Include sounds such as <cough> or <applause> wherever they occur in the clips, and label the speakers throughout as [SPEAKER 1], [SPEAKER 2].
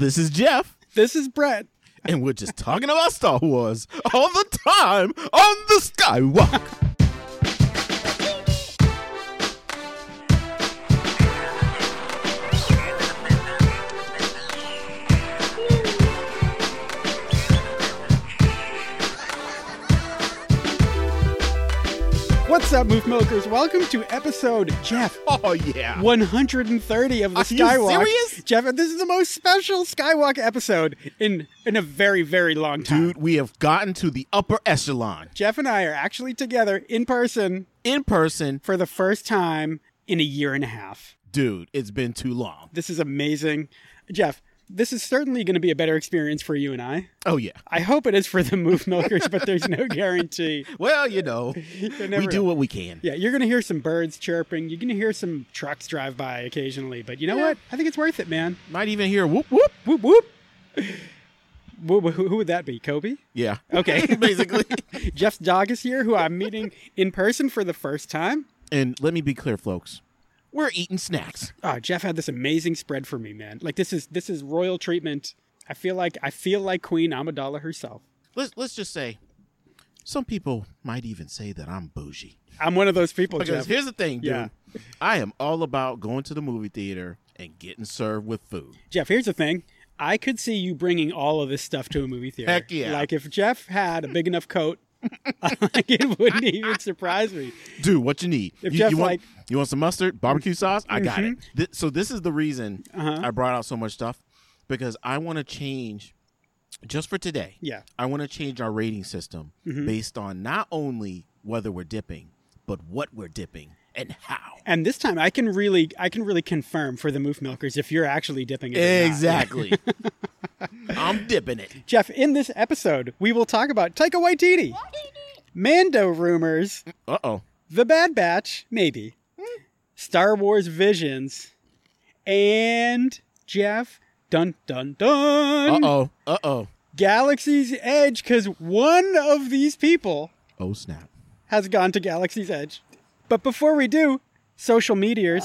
[SPEAKER 1] This is Jeff,
[SPEAKER 2] This is Brett.
[SPEAKER 1] and we're just talking about Star Wars all the time on the Skywalk. <laughs>
[SPEAKER 2] What's up, Move Milkers? Welcome to episode Jeff
[SPEAKER 1] Oh yeah.
[SPEAKER 2] 130 of the
[SPEAKER 1] Are you
[SPEAKER 2] Skywalk.
[SPEAKER 1] serious?
[SPEAKER 2] Jeff, this is the most special Skywalk episode in in a very very long time.
[SPEAKER 1] Dude, we have gotten to the upper echelon
[SPEAKER 2] Jeff and I are actually together in person
[SPEAKER 1] in person.
[SPEAKER 2] for the first time in a year and a half.
[SPEAKER 1] Dude, it's been too long.
[SPEAKER 2] This is amazing. Jeff, this is certainly going to be a better experience for you and I.
[SPEAKER 1] Oh yeah.
[SPEAKER 2] I hope it is for the Move Milkers, but there's
[SPEAKER 1] <laughs>
[SPEAKER 2] no guarantee.
[SPEAKER 1] Well, you know,
[SPEAKER 2] You
[SPEAKER 1] we
[SPEAKER 2] <laughs> never
[SPEAKER 1] do
[SPEAKER 2] know.
[SPEAKER 1] what we can.
[SPEAKER 2] Yeah, you're going to hear some birds chirping. You're going to hear some trucks drive by occasionally, but you know what? I think it's worth it, man.
[SPEAKER 1] Might even hear whoop whoop.
[SPEAKER 2] Whoop, whoop. Who, who who would that be? Kobe?
[SPEAKER 1] Yeah.
[SPEAKER 2] Okay. <laughs>
[SPEAKER 1] Basically.
[SPEAKER 2] Jeff's dog is here, who I'm meeting in person for the first time.
[SPEAKER 1] And let me be clear, folks. We're eating snacks.
[SPEAKER 2] Oh, Jeff had this amazing spread for me, man. Like this is this is royal treatment. I feel like I feel like Queen Amidala herself.
[SPEAKER 1] Let's let's just say some people might even say that I'm bougie.
[SPEAKER 2] I'm one of those people,
[SPEAKER 1] Because
[SPEAKER 2] Jeff.
[SPEAKER 1] here's the thing, dude.
[SPEAKER 2] Yeah.
[SPEAKER 1] I am all about going to the movie theater and getting served with food.
[SPEAKER 2] Jeff, here's the thing. I could see you bringing all of this stuff to a movie theater.
[SPEAKER 1] Heck yeah.
[SPEAKER 2] Like if Jeff had a big enough coat, <laughs> like it wouldn't even surprise me.
[SPEAKER 1] Dude, what you need?
[SPEAKER 2] If
[SPEAKER 1] you,
[SPEAKER 2] Jeff
[SPEAKER 1] you want
[SPEAKER 2] like- Mm-hmm.
[SPEAKER 1] you want some mustard, barbecue sauce? I got it. Thi- so this is the reason
[SPEAKER 2] Uh-huh.
[SPEAKER 1] I brought out so much stuff because I want to change just for today.
[SPEAKER 2] Yeah. Mm-hmm.
[SPEAKER 1] I want to change our rating system based on not only whether we're dipping, but what we're dipping and how.
[SPEAKER 2] And this time I can really I can really confirm for the Moof Milkers if you're actually dipping it. or not. <laughs>
[SPEAKER 1] Exactly. I'm dipping it.
[SPEAKER 2] Jeff, in this episode, we will talk about Taika Waititi, Mando rumors,
[SPEAKER 1] Uh-oh.
[SPEAKER 2] The Bad Batch, maybe, Star Wars visions, and Jeff, dun dun dun,
[SPEAKER 1] Uh-oh. Uh-oh.
[SPEAKER 2] Galaxy's Edge, because one of these people
[SPEAKER 1] Oh snap.
[SPEAKER 2] has gone to Galaxy's Edge. But before we do, social meteors.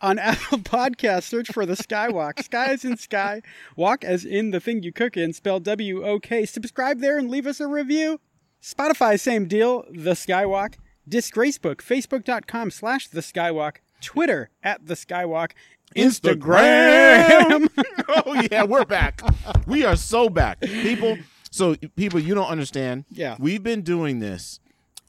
[SPEAKER 2] On Apple <laughs> Podcast, search for the Skywalk. Sky is in sky. Walk as in the thing you cook in. Spell W O K. Subscribe there and leave us a review. Spotify, same deal. The Skywalk. Disgracebook, facebook.com slash the Skywalk. Twitter at the Skywalk.
[SPEAKER 1] Instagram.
[SPEAKER 2] <laughs>
[SPEAKER 1] oh yeah, we're back. We are so back, people. So people, you don't understand.
[SPEAKER 2] Yeah.
[SPEAKER 1] we've been doing this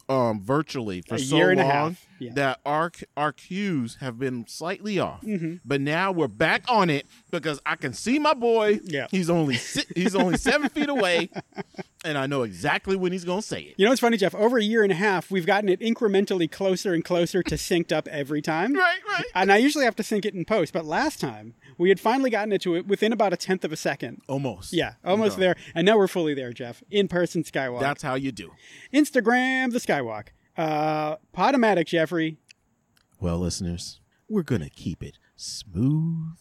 [SPEAKER 1] um virtually for
[SPEAKER 2] A
[SPEAKER 1] so
[SPEAKER 2] year
[SPEAKER 1] long
[SPEAKER 2] and a half. Yeah.
[SPEAKER 1] that our our cues have been slightly off.
[SPEAKER 2] Mm-hmm.
[SPEAKER 1] But now we're back on it because I can see my boy.
[SPEAKER 2] Yeah.
[SPEAKER 1] he's only si- he's only seven feet away, and I know exactly when he's gonna say
[SPEAKER 2] <laughs>
[SPEAKER 1] it.
[SPEAKER 2] You know what's funny, Jeff? Over a year and a half, we've gotten it incrementally closer and closer to synced up every time.
[SPEAKER 1] Right, right.
[SPEAKER 2] and I usually have to sync it in post, but last time we had finally gotten it to it within about a tenth of a second.
[SPEAKER 1] Almost.
[SPEAKER 2] Yeah, almost there. And now we're fully there, Jeff. In person Skywalk.
[SPEAKER 1] That's how you do.
[SPEAKER 2] Instagram, the Skywalk. Uh, Potomatic, Jeffrey.
[SPEAKER 1] Well, listeners, we're going to keep it smooth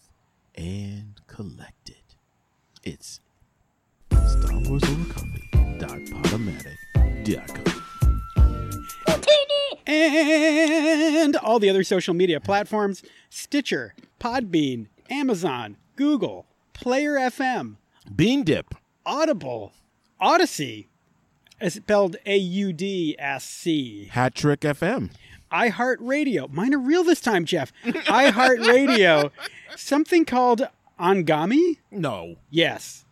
[SPEAKER 1] and collected. It's Star Wars Over Coffee.
[SPEAKER 2] And all the other social media platforms Stitcher, Podbean, Amazon, Google, Player FM,
[SPEAKER 1] Bean dip.
[SPEAKER 2] Audible, Odyssey. It's spelled A U D S C.
[SPEAKER 1] Hat Trick FM.
[SPEAKER 2] iHeartRadio. Mine are real this
[SPEAKER 1] <laughs>
[SPEAKER 2] time, Jeff. iHeartRadio. Something called Ongami?
[SPEAKER 1] No.
[SPEAKER 2] Yes.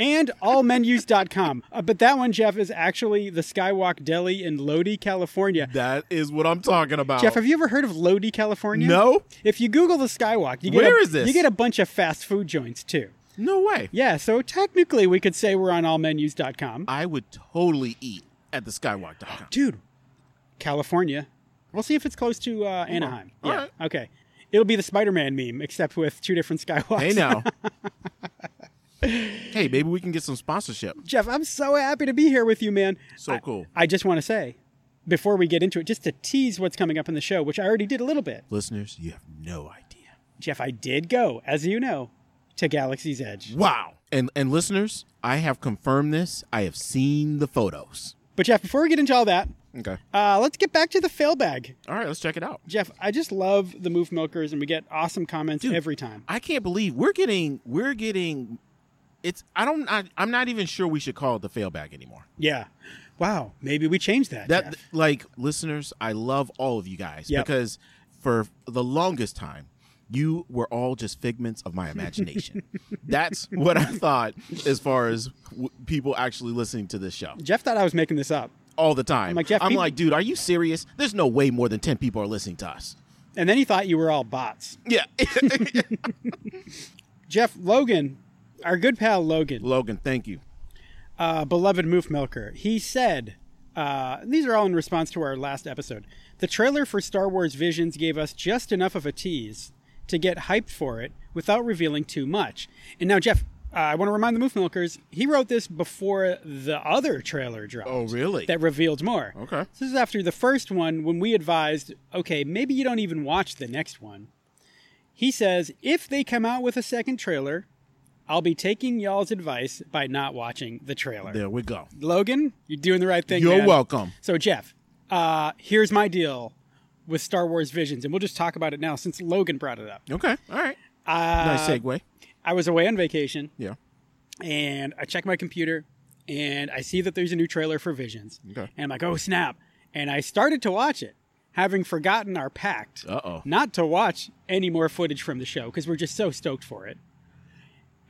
[SPEAKER 2] And allmenus.com. Uh, but that one, Jeff, is actually the Skywalk Deli in Lodi, California.
[SPEAKER 1] That is what I'm talking about.
[SPEAKER 2] Jeff, have you ever heard of Lodi, California?
[SPEAKER 1] No?
[SPEAKER 2] If you Google the Skywalk, you get
[SPEAKER 1] Where
[SPEAKER 2] a,
[SPEAKER 1] is this?
[SPEAKER 2] You get a bunch of fast food joints too.
[SPEAKER 1] No way.
[SPEAKER 2] Yeah, so technically we could say we're on allmenus.com.
[SPEAKER 1] I would totally eat at the
[SPEAKER 2] <laughs>
[SPEAKER 1] Skywalk.com.
[SPEAKER 2] dude california we'll see if it's close to uh, anaheim
[SPEAKER 1] All
[SPEAKER 2] yeah
[SPEAKER 1] right.
[SPEAKER 2] okay it'll be the spider-man meme except with two different skywalks
[SPEAKER 1] Hey, now. hey, maybe we can get some sponsorship.
[SPEAKER 2] <laughs> jeff i'm so happy to be here with you man
[SPEAKER 1] So
[SPEAKER 2] I-
[SPEAKER 1] cool.
[SPEAKER 2] i just want to say before we get into it just to tease what's coming up in the show which i already did a little bit
[SPEAKER 1] Listeners, you have no idea.
[SPEAKER 2] jeff i did go as you know to galaxy's edge
[SPEAKER 1] Wow. And and listeners, I have confirmed this. I have seen the photos.
[SPEAKER 2] but jeff before we get into all that
[SPEAKER 1] Okay.
[SPEAKER 2] Uh, let's get back to the fail bag.
[SPEAKER 1] All right, let's check it out.
[SPEAKER 2] Jeff, I just love the Move Milkers, and we get awesome comments
[SPEAKER 1] Dude.
[SPEAKER 2] every time.
[SPEAKER 1] I can't believe we're getting we're getting it's I don't I, I'm not even sure we should call it the fail bag anymore.
[SPEAKER 2] Yeah. Wow. Maybe we change that.
[SPEAKER 1] That
[SPEAKER 2] Jeff.
[SPEAKER 1] like listeners, I love all of you guys
[SPEAKER 2] Yep.
[SPEAKER 1] because for the longest time you were all just figments of my <laughs> imagination. That's what I thought as far as w- people actually listening to this show
[SPEAKER 2] Jeff thought I was making this up.
[SPEAKER 1] all the time. I'm
[SPEAKER 2] like, Jeff, people-
[SPEAKER 1] like, dude, are you serious? There's no way more than 10 people are listening to us.
[SPEAKER 2] And then he thought you were all bots.
[SPEAKER 1] Yeah.
[SPEAKER 2] Jeff, Logan, our good pal
[SPEAKER 1] <laughs>
[SPEAKER 2] Logan,
[SPEAKER 1] Logan, thank you.
[SPEAKER 2] uh, beloved Moof Milker, he said, uh, these are all in response to our last episode. The trailer for Star Wars Visions gave us just enough of a tease to get hyped for it without revealing too much. And now, Jeff, uh, I want to remind the Moof Milkers, he wrote this before the other trailer dropped.
[SPEAKER 1] Oh, really?
[SPEAKER 2] That revealed more.
[SPEAKER 1] Okay.
[SPEAKER 2] This is after the first one when we advised, okay, maybe you don't even watch the next one. He says, if they come out with a second trailer, I'll be taking y'all's advice by not watching the trailer.
[SPEAKER 1] There we go.
[SPEAKER 2] Logan, you're doing the right thing.
[SPEAKER 1] You're
[SPEAKER 2] man.
[SPEAKER 1] welcome.
[SPEAKER 2] So, Jeff, uh, here's my deal with Star Wars Visions, and we'll just talk about it now since Logan brought it up.
[SPEAKER 1] Okay. All right.
[SPEAKER 2] Uh,
[SPEAKER 1] Nice segue.
[SPEAKER 2] I was away on vacation,
[SPEAKER 1] Yeah.
[SPEAKER 2] and I check my computer, and I see that there's a new trailer for Visions.
[SPEAKER 1] Okay.
[SPEAKER 2] And I'm like, oh, snap. And I started to watch it, having forgotten our pact
[SPEAKER 1] Uh oh.
[SPEAKER 2] not to watch any more footage from the show because we're just so stoked for it.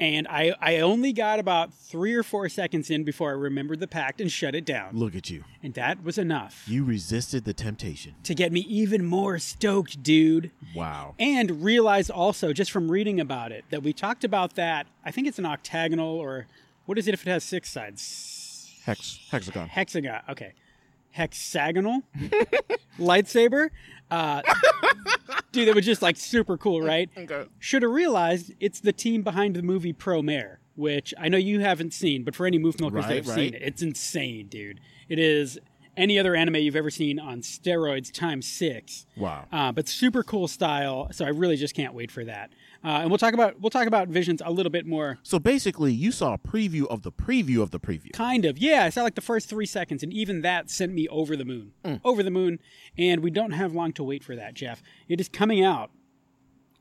[SPEAKER 2] And I, I only got about three or four seconds in before I remembered the pact and shut it down.
[SPEAKER 1] Look at you.
[SPEAKER 2] And that was enough
[SPEAKER 1] You resisted the temptation.
[SPEAKER 2] to get me even more stoked, dude.
[SPEAKER 1] Wow.
[SPEAKER 2] And realized also, just from reading about it, that we talked about that. I think it's an octagonal or what is it if it has six sides?
[SPEAKER 1] Hex hexagon.
[SPEAKER 2] Hexagon. Okay. Hexagonal lightsaber. Uh, dude, that was just like super cool, right?
[SPEAKER 1] Okay.
[SPEAKER 2] Should have realized it's the team behind the movie Pro Mare, which I know you haven't seen, but for any Move Milkers that
[SPEAKER 1] Right,
[SPEAKER 2] have seen
[SPEAKER 1] right.
[SPEAKER 2] it, it's insane, dude. It is any other anime you've ever seen on steroids times six.
[SPEAKER 1] Wow.
[SPEAKER 2] Uh, but super cool style, so I really just can't wait for that. Uh, and we'll talk about we'll talk about visions a little bit more
[SPEAKER 1] So basically, you saw a preview of the preview of the preview.
[SPEAKER 2] Kind of, yeah. I saw like the first three seconds, and even that sent me over the moon.
[SPEAKER 1] Mm.
[SPEAKER 2] Over the moon, and we don't have long to wait for that, Jeff. It is coming out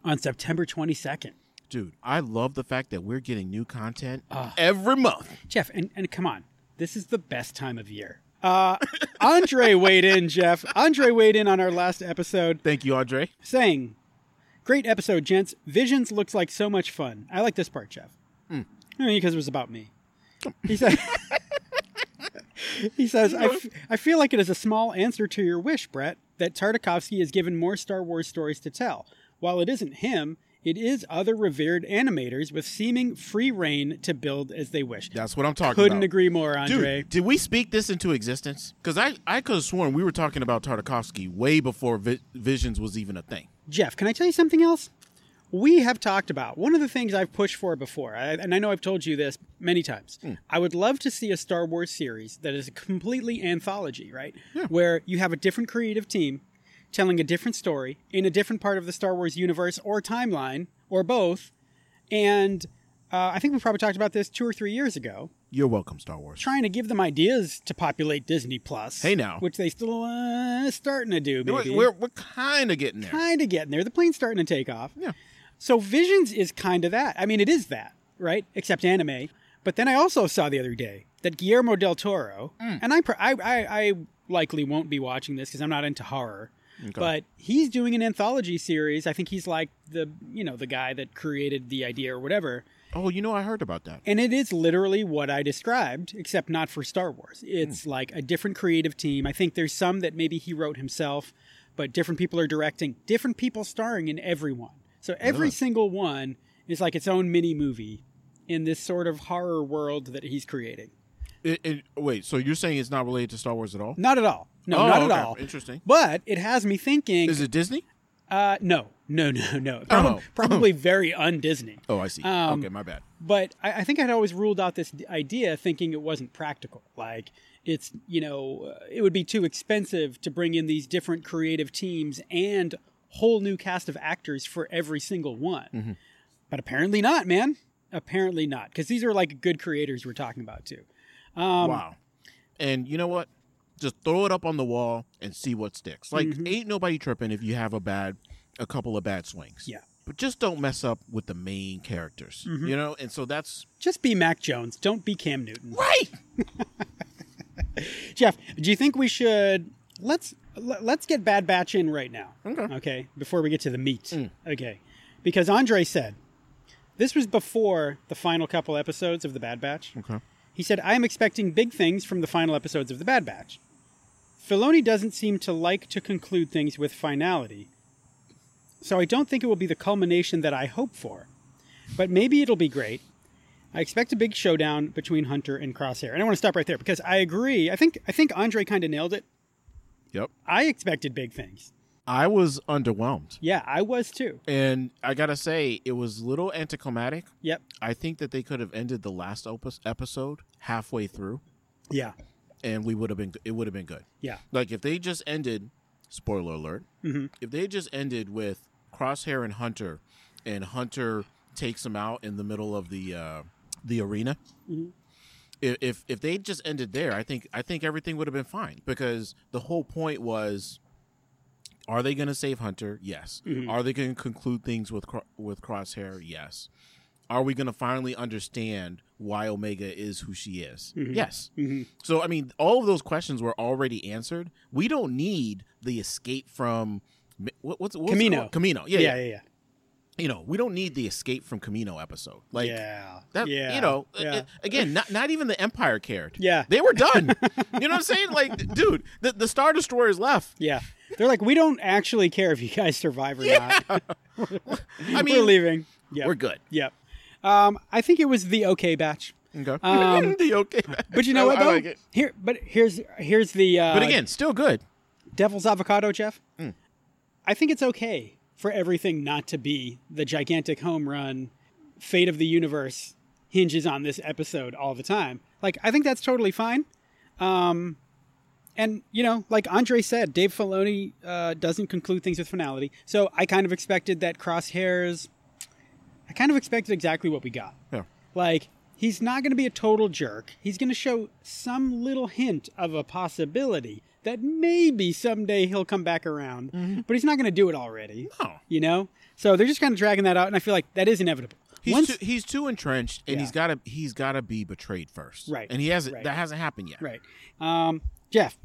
[SPEAKER 2] on September 22nd.
[SPEAKER 1] Dude, I love the fact that we're getting new content
[SPEAKER 2] Ah.
[SPEAKER 1] every month.
[SPEAKER 2] Jeff, and, and come on, this is the best time of year. Uh, Andre weighed in, Jeff. Andre weighed in on our last episode
[SPEAKER 1] Thank you, Andre.
[SPEAKER 2] saying, Great episode, gents. Visions looks like so much fun. I like this part, Jeff. Only Because it was about me. He says, he says I, f- I feel like it is a small answer to your wish, Brett, that Tartakovsky is given more Star Wars stories to tell. While it isn't him, it is other revered animators with seeming free reign to build as they wish.
[SPEAKER 1] That's what I'm talking
[SPEAKER 2] Couldn't
[SPEAKER 1] about.
[SPEAKER 2] agree more, Andre.
[SPEAKER 1] Dude, did we speak this into existence? Because I, I could have sworn we were talking about Tartakovsky way before vi- Visions was even a thing.
[SPEAKER 2] Jeff, can I tell you something else? We have talked about one of the things I've pushed for before, I- and I know I've told you this many times.
[SPEAKER 1] Hmm.
[SPEAKER 2] I would love to see a Star Wars series that is completely anthology, right? Where you have a different creative team telling a different story in a different part of the Star Wars universe or timeline or both. And uh, I think we probably talked about this two or three years ago,
[SPEAKER 1] You're welcome, Star Wars.
[SPEAKER 2] trying to give them ideas to populate Disney Plus.
[SPEAKER 1] Hey, now.
[SPEAKER 2] which they still uh, starting to do.
[SPEAKER 1] We're,
[SPEAKER 2] Maybe
[SPEAKER 1] we're, we're kind of getting there.
[SPEAKER 2] kind of getting there. The plane's starting to take off.
[SPEAKER 1] Yeah.
[SPEAKER 2] So Visions is kind of that. I mean, it is that, right? Except anime. But then I also saw the other day that Guillermo del Toro, and I, pr- I, I, I likely won't be watching this because I'm not into horror. But he's doing an anthology series. I think he's like the you know the guy that created the idea or whatever.
[SPEAKER 1] Oh, you know, I heard about that.
[SPEAKER 2] And it is literally what I described, except not for Star
[SPEAKER 1] Hmm.
[SPEAKER 2] Wars. It's like a different creative team. I think there's some that maybe he wrote himself, but different people are directing, different people starring in everyone. So every single one is like its own mini movie in this sort of horror world that he's creating.
[SPEAKER 1] It, it, wait, so you're saying it's not related to Star Wars at all?
[SPEAKER 2] Not at all. No,
[SPEAKER 1] Oh,
[SPEAKER 2] not
[SPEAKER 1] okay.
[SPEAKER 2] at all.
[SPEAKER 1] Interesting.
[SPEAKER 2] But it has me thinking.
[SPEAKER 1] Is it Disney?
[SPEAKER 2] uh, no, no, no, no. Probably,
[SPEAKER 1] <laughs> Oh.
[SPEAKER 2] probably very un-Disney.
[SPEAKER 1] Oh, I see.
[SPEAKER 2] Um,
[SPEAKER 1] okay, my bad.
[SPEAKER 2] but I, I think I'd always ruled out this d- idea, thinking it wasn't practical. Like it's you know uh, it would be too expensive to bring in these different creative teams and whole new cast of actors for every single one. But apparently not, man. Apparently not,
[SPEAKER 1] um,
[SPEAKER 2] Um, because these are like good creators we're talking about too.
[SPEAKER 1] wow. And you know what? Just throw it up on the wall and see what sticks. Like, ain't nobody tripping if you have a bad, a couple of bad swings.
[SPEAKER 2] Yeah.
[SPEAKER 1] But just don't mess up with the main characters, you know? And so that's
[SPEAKER 2] Just be Mac Jones. Don't be Cam Newton.
[SPEAKER 1] right.
[SPEAKER 2] Jeff, do you think we should let's le- let's get Bad Batch in right now? Okay. Okay. Before we get to the meat. Okay. Because Andre said this was before the final couple episodes of the Bad Batch.
[SPEAKER 1] Okay.
[SPEAKER 2] He said, "I am expecting big things from the final episodes of the Bad Batch." Filoni doesn't seem to like to conclude things with finality, so I don't think it will be the culmination that I hope for. But maybe it'll be great. I expect a big showdown between Hunter and Crosshair. And I want to stop right there because I agree. I think I think Andre kind of nailed it.
[SPEAKER 1] Yep.
[SPEAKER 2] I expected big things.
[SPEAKER 1] I was underwhelmed.
[SPEAKER 2] Yeah, I was too.
[SPEAKER 1] And I got to say, it was a little anticlimactic.
[SPEAKER 2] Yep.
[SPEAKER 1] I think that they could have ended the last opus episode halfway through
[SPEAKER 2] Yeah.
[SPEAKER 1] and we would have been it would have been good.
[SPEAKER 2] Yeah.
[SPEAKER 1] Like if they just ended, spoiler alert, if they just ended with Crosshair and Hunter, and Hunter takes him out in the middle of the uh, the arena. i- If if they just ended there, I think I think everything would have been fine because the whole point was. Are they going to save Hunter? Yes.
[SPEAKER 2] Mm-hmm.
[SPEAKER 1] Are they going to conclude things with Cro- with Crosshair? Yes. Are we going to finally understand why Omega is who she is?
[SPEAKER 2] Mm-hmm.
[SPEAKER 1] Yes. So I mean, all of those questions were already answered. We don't need the escape from what, what's, what's it
[SPEAKER 2] Camino.
[SPEAKER 1] called? Camino. Yeah,
[SPEAKER 2] Yeah, yeah,
[SPEAKER 1] yeah.
[SPEAKER 2] yeah.
[SPEAKER 1] You know, we don't need the escape from Camino episode. Like
[SPEAKER 2] yeah.
[SPEAKER 1] that.
[SPEAKER 2] yeah.
[SPEAKER 1] You know, uh,
[SPEAKER 2] yeah.
[SPEAKER 1] uh, again, not not even the Empire cared.
[SPEAKER 2] Yeah.
[SPEAKER 1] They were
[SPEAKER 2] <laughs>
[SPEAKER 1] done. you know what I'm saying? Like, dude, the, the Star Destroyers left.
[SPEAKER 2] yeah. They're like, we don't actually care if you guys survive or not.
[SPEAKER 1] I mean,
[SPEAKER 2] <laughs> We're leaving. Yeah.
[SPEAKER 1] we're good.
[SPEAKER 2] Yep. Um, I think it was the okay batch.
[SPEAKER 1] Okay. <laughs>
[SPEAKER 2] Um,
[SPEAKER 1] the okay.
[SPEAKER 2] But you know
[SPEAKER 1] I-
[SPEAKER 2] what
[SPEAKER 1] I
[SPEAKER 2] though?
[SPEAKER 1] like it.
[SPEAKER 2] Here but here's here's the uh
[SPEAKER 1] But again, still good.
[SPEAKER 2] Devil's avocado, Jeff. I think it's okay for everything not to be the gigantic home run. Fate of the universe hinges on this episode all the time. Like I think that's totally fine. Um, and you know, like Andre said, Dave Filoni uh, doesn't conclude things with finality. So I kind of expected that Crosshairs. I kind of expected exactly what we got.
[SPEAKER 1] Yeah.
[SPEAKER 2] Like, he's not going to be a total jerk. He's going to show some little hint of a possibility that maybe someday he'll come back around, but he's not going to do it already.
[SPEAKER 1] Mm-hmm. No.
[SPEAKER 2] You know? So they're just kind of dragging that out, and I feel like that is inevitable.
[SPEAKER 1] He's
[SPEAKER 2] Once-
[SPEAKER 1] too, he's too entrenched, and
[SPEAKER 2] Yeah.
[SPEAKER 1] he's gotta he's gotta be betrayed first,
[SPEAKER 2] Right.
[SPEAKER 1] And he hasn't
[SPEAKER 2] Right.
[SPEAKER 1] that hasn't happened yet,
[SPEAKER 2] right. Um, Jeff,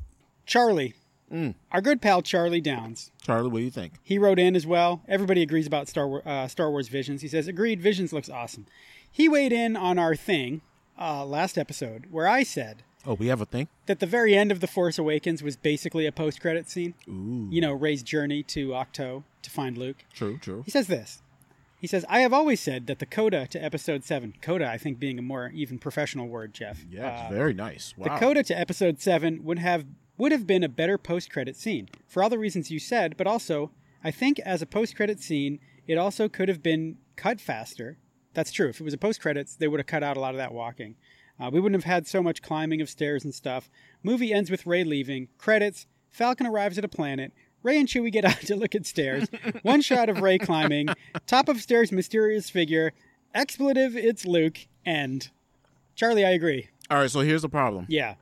[SPEAKER 2] Charlie,
[SPEAKER 1] Mm.
[SPEAKER 2] our good pal Charlie Downs,
[SPEAKER 1] Charlie, what do you think?
[SPEAKER 2] He wrote in as well. Everybody agrees about Star, War, uh, Star Wars Visions. He says, Agreed, Visions looks awesome. He weighed in on our thing uh, last episode where I said
[SPEAKER 1] Oh, we have a thing.
[SPEAKER 2] that the very end of The Force Awakens was basically a post credit scene.
[SPEAKER 1] Ooh,
[SPEAKER 2] You know, Ray's journey to Octo to find Luke.
[SPEAKER 1] true, true.
[SPEAKER 2] He says this. He says, I have always said that the coda to episode 7, coda, I think, being a more even professional word, Jeff.
[SPEAKER 1] Yes,
[SPEAKER 2] uh,
[SPEAKER 1] very nice. Wow.
[SPEAKER 2] the coda to episode 7 would have would have been a better post-credit scene for all the reasons you said, but also I think as a post-credit scene, it also could have been cut faster. That's true. If it was a post-credits, they would have cut out a lot of that walking. Uh, we wouldn't have had so much climbing of stairs and stuff. Movie ends with Ray leaving. Credits. Falcon arrives at a planet. Ray and Chewie get <laughs> out to look at stairs. One shot of Ray climbing. Top of stairs, mysterious figure. Expletive, it's Luke. End. Charlie, I agree.
[SPEAKER 1] All right, so here's the problem.
[SPEAKER 2] Yeah.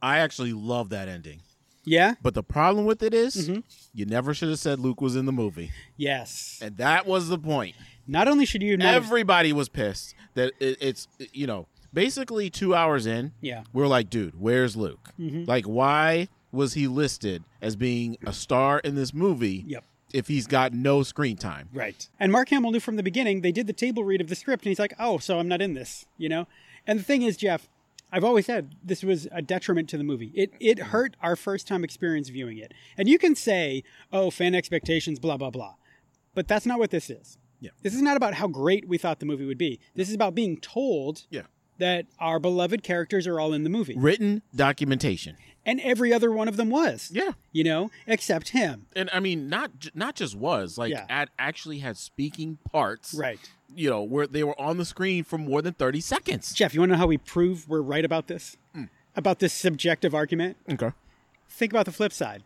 [SPEAKER 1] I actually love that ending,
[SPEAKER 2] Yeah.
[SPEAKER 1] but the problem with it is
[SPEAKER 2] Mm-hmm.
[SPEAKER 1] you never should have said Luke was in the movie,
[SPEAKER 2] Yes.
[SPEAKER 1] and that was the point.
[SPEAKER 2] Not only should you not have-
[SPEAKER 1] Everybody was pissed that it, it's you know basically two hours in.
[SPEAKER 2] Yeah.
[SPEAKER 1] we're like, dude, where's Luke? Like, why was he listed as being a star in this movie?
[SPEAKER 2] Yep.
[SPEAKER 1] If he's got no screen time,
[SPEAKER 2] Right. And Mark Hamill knew from the beginning they did the table read of the script, and he's like, "Oh, so I'm not in this," you know. And the thing is, Jeff, I've always said this was a detriment to the movie. It it
[SPEAKER 1] Mm-hmm.
[SPEAKER 2] hurt our first time experience viewing it. And you can say, "Oh, fan expectations, blah blah blah," but that's not what this is.
[SPEAKER 1] Yeah.
[SPEAKER 2] This is not about how great we thought the movie would be. This is about being told
[SPEAKER 1] yeah,
[SPEAKER 2] that our beloved characters are all in the movie,
[SPEAKER 1] written documentation,
[SPEAKER 2] and every other one of them was.
[SPEAKER 1] yeah,
[SPEAKER 2] You know, except him.
[SPEAKER 1] and I mean, not j- not just was like
[SPEAKER 2] Yeah.
[SPEAKER 1] ad- actually had speaking parts,
[SPEAKER 2] Right.
[SPEAKER 1] You know, where they were on the screen for more than thirty seconds.
[SPEAKER 2] Jeff, you want to know how we prove we're right about this? About this subjective argument?
[SPEAKER 1] Okay,
[SPEAKER 2] Think about the flip side.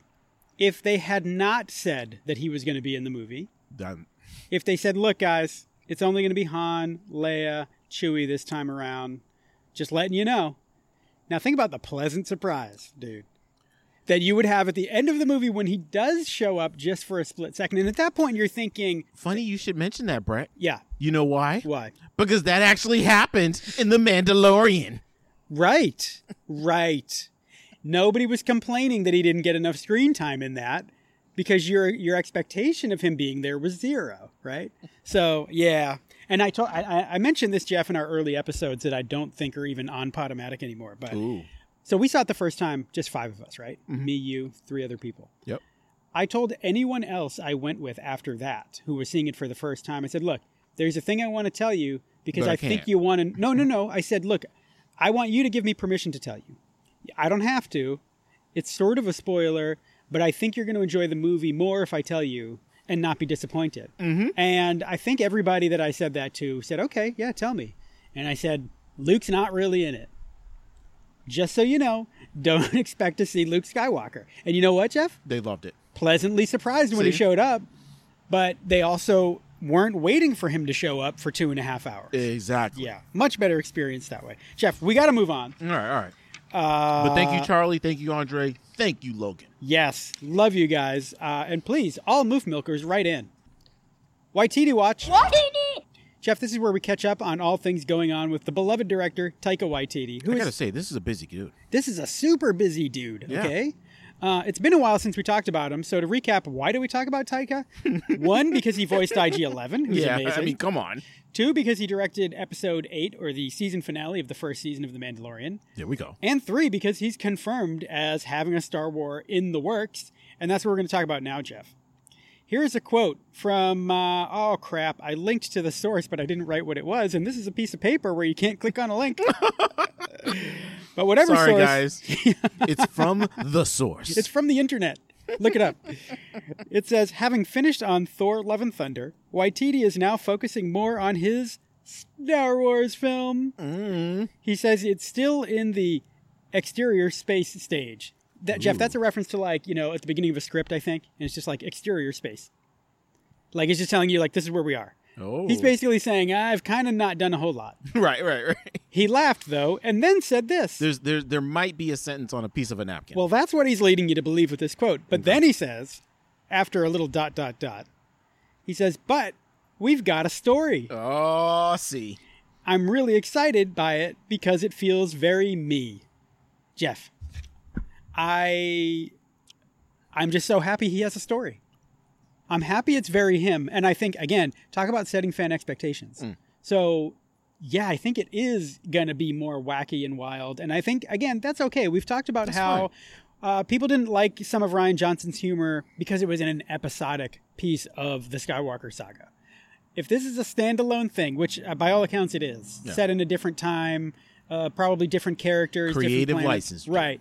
[SPEAKER 2] If they had not said that he was going to be in the movie,
[SPEAKER 1] done.
[SPEAKER 2] if they said, look, guys, it's only going to be Han, Leia, Chewie this time around, just letting you know. Now think about the pleasant surprise, dude. that you would have at the end of the movie when he does show up just for a split second. And at that point, you're thinking,
[SPEAKER 1] Funny you should mention that, Brett.
[SPEAKER 2] yeah,
[SPEAKER 1] You know why?
[SPEAKER 2] why?
[SPEAKER 1] Because that actually happened in The Mandalorian.
[SPEAKER 2] Right, right. Nobody was complaining that he didn't get enough screen time in that because your your expectation of him being there was zero, right? So yeah, and I told I- I, I mentioned this Jeff in our early episodes that I don't think are even on Podomatic anymore. But
[SPEAKER 1] Ooh.
[SPEAKER 2] so we saw it the first time, just five of us, right? Me, you, three other people.
[SPEAKER 1] Mm-hmm. Yep.
[SPEAKER 2] I told anyone else I went with after that who was seeing it for the first time, I said, look, there's a thing I want to tell you because
[SPEAKER 1] But
[SPEAKER 2] I,
[SPEAKER 1] I
[SPEAKER 2] think
[SPEAKER 1] can't.
[SPEAKER 2] you want to. No, no, no. I said, look, I want you to give me permission to tell you. I don't have to. It's sort of a spoiler, but I think you're going to enjoy the movie more if I tell you and not be disappointed. Mm-hmm. And I think everybody that I said that to said, okay, yeah, tell me. And I said, Luke's not really in it. Just so you know, don't <laughs> expect to see Luke Skywalker. And you know what, Jeff?
[SPEAKER 1] They loved it.
[SPEAKER 2] pleasantly surprised when he
[SPEAKER 1] See?
[SPEAKER 2] showed up, but they also weren't waiting for him to show up for two and a half hours.
[SPEAKER 1] Exactly.
[SPEAKER 2] yeah, much better experience that way. Jeff, we got to move on.
[SPEAKER 1] All right, all right.
[SPEAKER 2] Uh,
[SPEAKER 1] but thank you, Charlie. Thank you, Andre. Thank you, Logan.
[SPEAKER 2] Yes, love you guys, uh, and please, all Moof Milkers, right in. YTD Watch.
[SPEAKER 3] What?
[SPEAKER 2] Jeff, this is where we catch up on all things going on with the beloved director Taika Waititi, who
[SPEAKER 1] I
[SPEAKER 2] is
[SPEAKER 1] gotta say, this is a busy dude.
[SPEAKER 2] this is a super busy dude.
[SPEAKER 1] Yeah.
[SPEAKER 2] Okay. Uh, it's been a while since we talked about him. So to recap, why do we talk
[SPEAKER 1] <laughs>
[SPEAKER 2] about Taika? One, because he voiced IG-11, who's
[SPEAKER 1] yeah,
[SPEAKER 2] amazing.
[SPEAKER 1] I mean, come on.
[SPEAKER 2] Two, because he directed episode eight or the season finale of the first season of The Mandalorian.
[SPEAKER 1] There we go.
[SPEAKER 2] And three, because he's confirmed as having a Star War in the works. And that's what we're going to talk about now, Jeff. Here's a quote from, uh, oh crap, I linked to the source, but I didn't write what it was. And this is a piece of paper where you can't click on
[SPEAKER 1] <laughs>
[SPEAKER 2] a link. but whatever
[SPEAKER 1] Sorry,
[SPEAKER 2] source. <laughs>
[SPEAKER 1] guys. it's from the source.
[SPEAKER 2] It's from the internet. Look it up. it says, having finished on Thor: Love and Thunder, Waititi is now focusing more on his Star Wars film. He says it's still in the exterior space stage. That Jeff, that's a reference to like you know at the beginning of a script, I think, and it's just like exterior space. Like it's just telling you like this is where we are.
[SPEAKER 1] oh.
[SPEAKER 2] He's basically saying I've kind of not done a whole lot.
[SPEAKER 1] <laughs> right, right, right.
[SPEAKER 2] He laughed though, and then said this.
[SPEAKER 1] There's there there might be a sentence on a piece of a napkin.
[SPEAKER 2] Well, that's what he's leading you to believe with this quote. But then he says, after a little dot, dot, dot, he says, But we've got a story.
[SPEAKER 1] oh, see.
[SPEAKER 2] I'm really excited by it because it feels very me. Jeff, I. I'm just so happy he has a story. I'm happy it's very him. And I think, again, talk about setting fan expectations. So, yeah, I think it is going to be more wacky and wild. And I think, again, that's okay. We've talked about how uh, people didn't like some of Ryan Johnson's humor because it was in an episodic piece of the Skywalker saga. If this is a standalone thing, which uh, by all accounts it is, set in a different time, uh, probably different characters, different
[SPEAKER 1] Creative
[SPEAKER 2] planets.
[SPEAKER 1] license, Jim.
[SPEAKER 2] Right.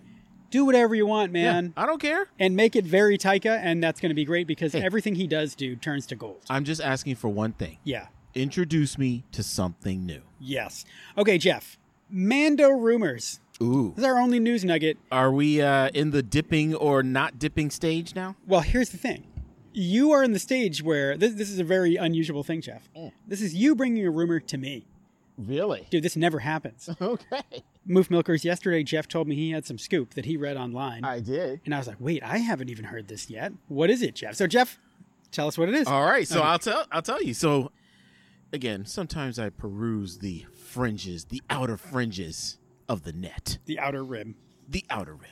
[SPEAKER 2] Do whatever you want, man
[SPEAKER 1] I don't care.
[SPEAKER 2] and make it very Taika, and that's going to be great because
[SPEAKER 1] Hey.
[SPEAKER 2] everything he does do turns to gold.
[SPEAKER 1] I'm just asking for one thing.
[SPEAKER 2] Yeah.
[SPEAKER 1] Introduce me to something new.
[SPEAKER 2] Yes. Okay, Jeff. Mando rumors.
[SPEAKER 1] Ooh.
[SPEAKER 2] This is our only news nugget.
[SPEAKER 1] Are we uh, in the dipping or not dipping stage now?
[SPEAKER 2] Well, here's the thing. You are in the stage where this, this is a very unusual thing, Jeff.
[SPEAKER 1] Oh.
[SPEAKER 2] This is you bringing a rumor to me.
[SPEAKER 1] Really? <laughs>
[SPEAKER 2] Dude, this never happens.
[SPEAKER 1] Oh. Okay.
[SPEAKER 2] Moof Milkers, yesterday, Jeff told me he had some scoop that he read online.
[SPEAKER 1] did.
[SPEAKER 2] and I was like, wait, I haven't even heard this yet. What is it, Jeff? So, Jeff, tell us what it is.
[SPEAKER 1] All right, so I'll tell I'll tell you. So again, sometimes I peruse the fringes, the outer fringes of the net,
[SPEAKER 2] the Outer Rim.
[SPEAKER 1] the outer rim.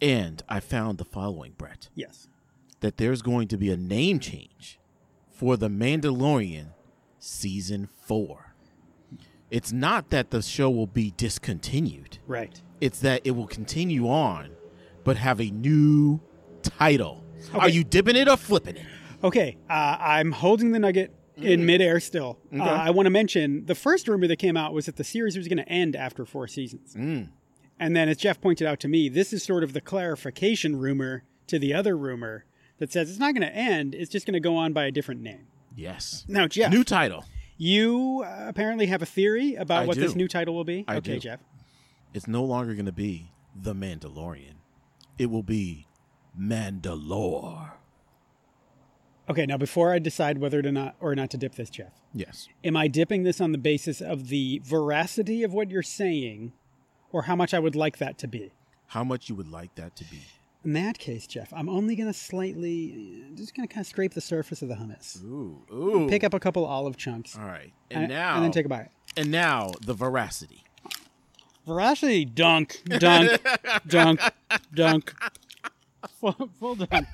[SPEAKER 1] And I found the following, Brett,
[SPEAKER 2] Yes.
[SPEAKER 1] that there's going to be a name change for The Mandalorian season 4. It's not that the show will be discontinued.
[SPEAKER 2] Right.
[SPEAKER 1] It's that it will continue on but have a new title. Are
[SPEAKER 2] Okay.
[SPEAKER 1] you dipping it or flipping it?
[SPEAKER 2] Okay, uh, I'm holding the nugget
[SPEAKER 1] Mm-hmm.
[SPEAKER 2] in midair still. Uh, I want to mention the first rumor that came out was that the series was going to end after four seasons.
[SPEAKER 1] Mm.
[SPEAKER 2] And then, as Jeff pointed out to me, this is sort of the clarification rumor to the other rumor that says it's not going to end, it's just going to go on by a different name.
[SPEAKER 1] Yes.
[SPEAKER 2] Now, Jeff,
[SPEAKER 1] New title.
[SPEAKER 2] you uh, apparently have a theory about
[SPEAKER 1] I
[SPEAKER 2] what this
[SPEAKER 1] do.
[SPEAKER 2] new title will be.
[SPEAKER 1] I
[SPEAKER 2] okay,
[SPEAKER 1] do.
[SPEAKER 2] Jeff.
[SPEAKER 1] it's no longer going to be The Mandalorian. It will be Mandalore.
[SPEAKER 2] Okay, now before I decide whether to not or not to dip this, Jeff,
[SPEAKER 1] Yes.
[SPEAKER 2] am I dipping this on the basis of the veracity of what you're saying, or how much I would like that to be?
[SPEAKER 1] How much you would like that to be?
[SPEAKER 2] In that case, Jeff, I'm only going to slightly, just going to kind of scrape the surface of the hummus.
[SPEAKER 1] Ooh, ooh.
[SPEAKER 2] Pick up a couple olive chunks.
[SPEAKER 1] All right,
[SPEAKER 2] and,
[SPEAKER 1] and now
[SPEAKER 2] and then take a bite.
[SPEAKER 1] and now the veracity.
[SPEAKER 2] Veracity <laughs> dunk, dunk, dunk, dunk. Full, full dunk.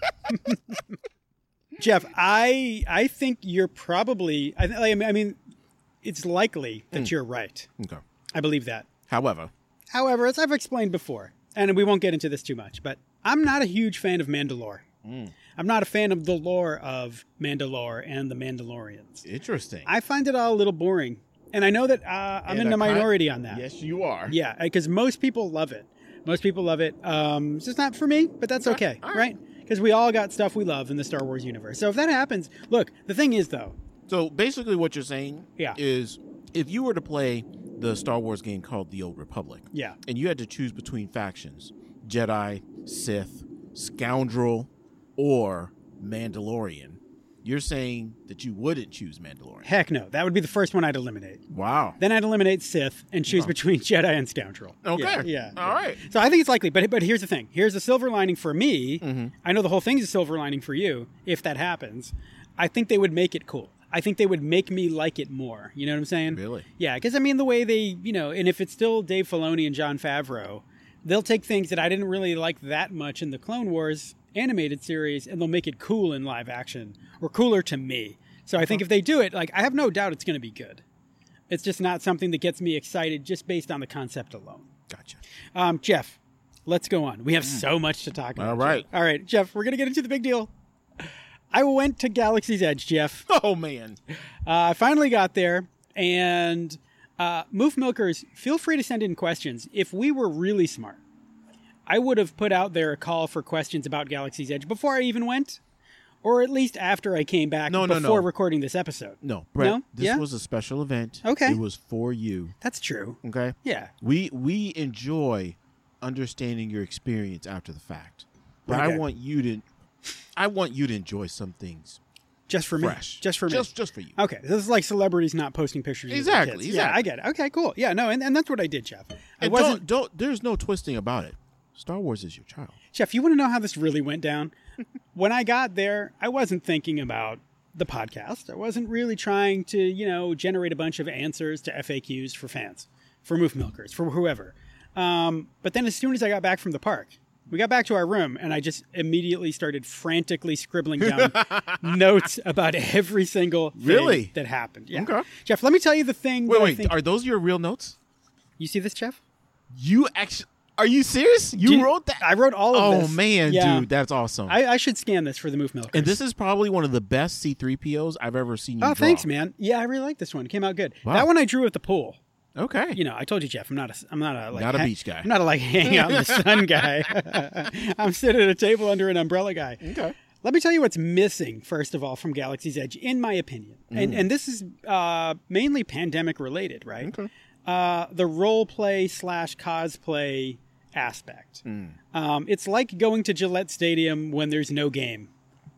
[SPEAKER 2] Jeff, I I think you're probably I, th- I mean- I mean, it's likely
[SPEAKER 1] Hmm.
[SPEAKER 2] that you're right.
[SPEAKER 1] Okay.
[SPEAKER 2] I believe that.
[SPEAKER 1] However,
[SPEAKER 2] However, as I've explained before, and we won't get into this too much, but I'm not a huge fan of Mandalore.
[SPEAKER 1] Hmm.
[SPEAKER 2] I'm not a fan of the lore of Mandalore and the Mandalorians.
[SPEAKER 1] interesting.
[SPEAKER 2] I find it all a little boring, and I know that uh, I'm
[SPEAKER 1] And
[SPEAKER 2] in
[SPEAKER 1] a
[SPEAKER 2] the
[SPEAKER 1] con-
[SPEAKER 2] minority on that.
[SPEAKER 1] yes, you are.
[SPEAKER 2] Yeah, because most people love it. Most people love it. Um, it's just not for me, but that's okay,
[SPEAKER 1] all
[SPEAKER 2] right? Because we all got stuff we love in the Star Wars universe. So if that happens, look, the thing is though,
[SPEAKER 1] So basically, what you're saying
[SPEAKER 2] Yeah.
[SPEAKER 1] is if you were to play the Star Wars game called The Old Republic,
[SPEAKER 2] yeah,
[SPEAKER 1] and you had to choose between factions Jedi, Sith, Scoundrel, or Mandalorian, you're saying that you wouldn't choose Mandalorian.
[SPEAKER 2] heck no, that would be the first one I'd eliminate.
[SPEAKER 1] Wow.
[SPEAKER 2] Then I'd eliminate Sith and choose between <laughs> Jedi and Scoundrel.
[SPEAKER 1] Oh. Okay.
[SPEAKER 2] Yeah. yeah.
[SPEAKER 1] All right.
[SPEAKER 2] So I think it's likely, but but here's the thing. Here's the silver lining for me. I know the whole thing's a silver lining for you if that happens. I think they would make it cool. I think they would make me like it more. You know what I'm saying?
[SPEAKER 1] Really?
[SPEAKER 2] Yeah, because I mean the way they, you know, and if it's still Dave Filoni and John Favreau, they'll take things that I didn't really like that much in the Clone Wars animated series, and they'll make it cool in live action or cooler to me. So I think if they do it, like I have no doubt it's going to be good. It's just not something that gets me excited just based on the concept alone.
[SPEAKER 1] Gotcha.
[SPEAKER 2] Um, Jeff, let's go on. We have so much to talk about.
[SPEAKER 1] Mm. All
[SPEAKER 2] Jeff.
[SPEAKER 1] right.
[SPEAKER 2] All right, Jeff, we're going to get into the big deal. I went to Galaxy's Edge, Jeff.
[SPEAKER 1] Oh, man.
[SPEAKER 2] Uh, I finally got there, and uh, Moof Milkers, feel free to send in questions. If we were really smart, I would have put out there a call for questions about Galaxy's Edge before I even went, or at least after I came back
[SPEAKER 1] No, no,
[SPEAKER 2] before
[SPEAKER 1] no.
[SPEAKER 2] recording this episode.
[SPEAKER 1] No, Brett,
[SPEAKER 2] No?
[SPEAKER 1] this
[SPEAKER 2] Yeah?
[SPEAKER 1] was a special event.
[SPEAKER 2] Okay.
[SPEAKER 1] It was for you.
[SPEAKER 2] That's true.
[SPEAKER 1] Okay.
[SPEAKER 2] Yeah.
[SPEAKER 1] We we enjoy understanding your experience after the fact. But
[SPEAKER 2] Okay.
[SPEAKER 1] I want you to I want you to enjoy some things
[SPEAKER 2] Just for
[SPEAKER 1] fresh.
[SPEAKER 2] me. Just for me.
[SPEAKER 1] Just just for you.
[SPEAKER 2] Okay, this is like celebrities not posting pictures. of their
[SPEAKER 1] Exactly,
[SPEAKER 2] kids. Yeah,
[SPEAKER 1] exactly.
[SPEAKER 2] I get it. Okay, cool. Yeah, no, and, and that's what I did, Jeff. I
[SPEAKER 1] And
[SPEAKER 2] wasn't.
[SPEAKER 1] don't don't there's no twisting about it. Star Wars is your child.
[SPEAKER 2] Jeff, you want to know how this really went
[SPEAKER 1] <laughs>
[SPEAKER 2] down? when I got there, I wasn't thinking about the podcast. I wasn't really trying to, you know, generate a bunch of answers to FAQs for fans, for Moof Milkers, for whoever. Um, but then as soon as I got back from the park, we got back to our room and I just immediately started frantically scribbling
[SPEAKER 1] <laughs>
[SPEAKER 2] down notes about every single thing
[SPEAKER 1] Really?
[SPEAKER 2] that happened. Yeah.
[SPEAKER 1] Okay.
[SPEAKER 2] Jeff, let me tell you the thing
[SPEAKER 1] Wait,
[SPEAKER 2] that I
[SPEAKER 1] wait,
[SPEAKER 2] think-
[SPEAKER 1] are those your real notes?
[SPEAKER 2] You see this, Jeff?
[SPEAKER 1] You actually Are you serious? You
[SPEAKER 2] Did-
[SPEAKER 1] wrote that?
[SPEAKER 2] I wrote all of
[SPEAKER 1] Oh
[SPEAKER 2] this.
[SPEAKER 1] man,
[SPEAKER 2] Yeah.
[SPEAKER 1] dude, that's awesome.
[SPEAKER 2] I, I should scan this for the Moof Milkers.
[SPEAKER 1] and this is probably one of the best C3POs I've ever seen you
[SPEAKER 2] Oh,
[SPEAKER 1] draw.
[SPEAKER 2] thanks, man. Yeah, I really like this one. It came out good.
[SPEAKER 1] Wow.
[SPEAKER 2] That one I drew at the pool.
[SPEAKER 1] Okay.
[SPEAKER 2] You know, I told you, Jeff. I'm not a. I'm not a like
[SPEAKER 1] Not a
[SPEAKER 2] ha-
[SPEAKER 1] beach guy.
[SPEAKER 2] I'm not a like hang out in
[SPEAKER 1] <laughs>
[SPEAKER 2] the sun guy. <laughs> I'm sitting at a table under an umbrella guy.
[SPEAKER 1] okay.
[SPEAKER 2] Let me tell you what's missing, first of all, from Galaxy's Edge, in my opinion,
[SPEAKER 1] Mm.
[SPEAKER 2] and and this is uh, mainly pandemic related, right?
[SPEAKER 1] Okay.
[SPEAKER 2] Uh, the role play slash cosplay aspect.
[SPEAKER 1] Mm.
[SPEAKER 2] Um, it's like going to Gillette Stadium when there's no game.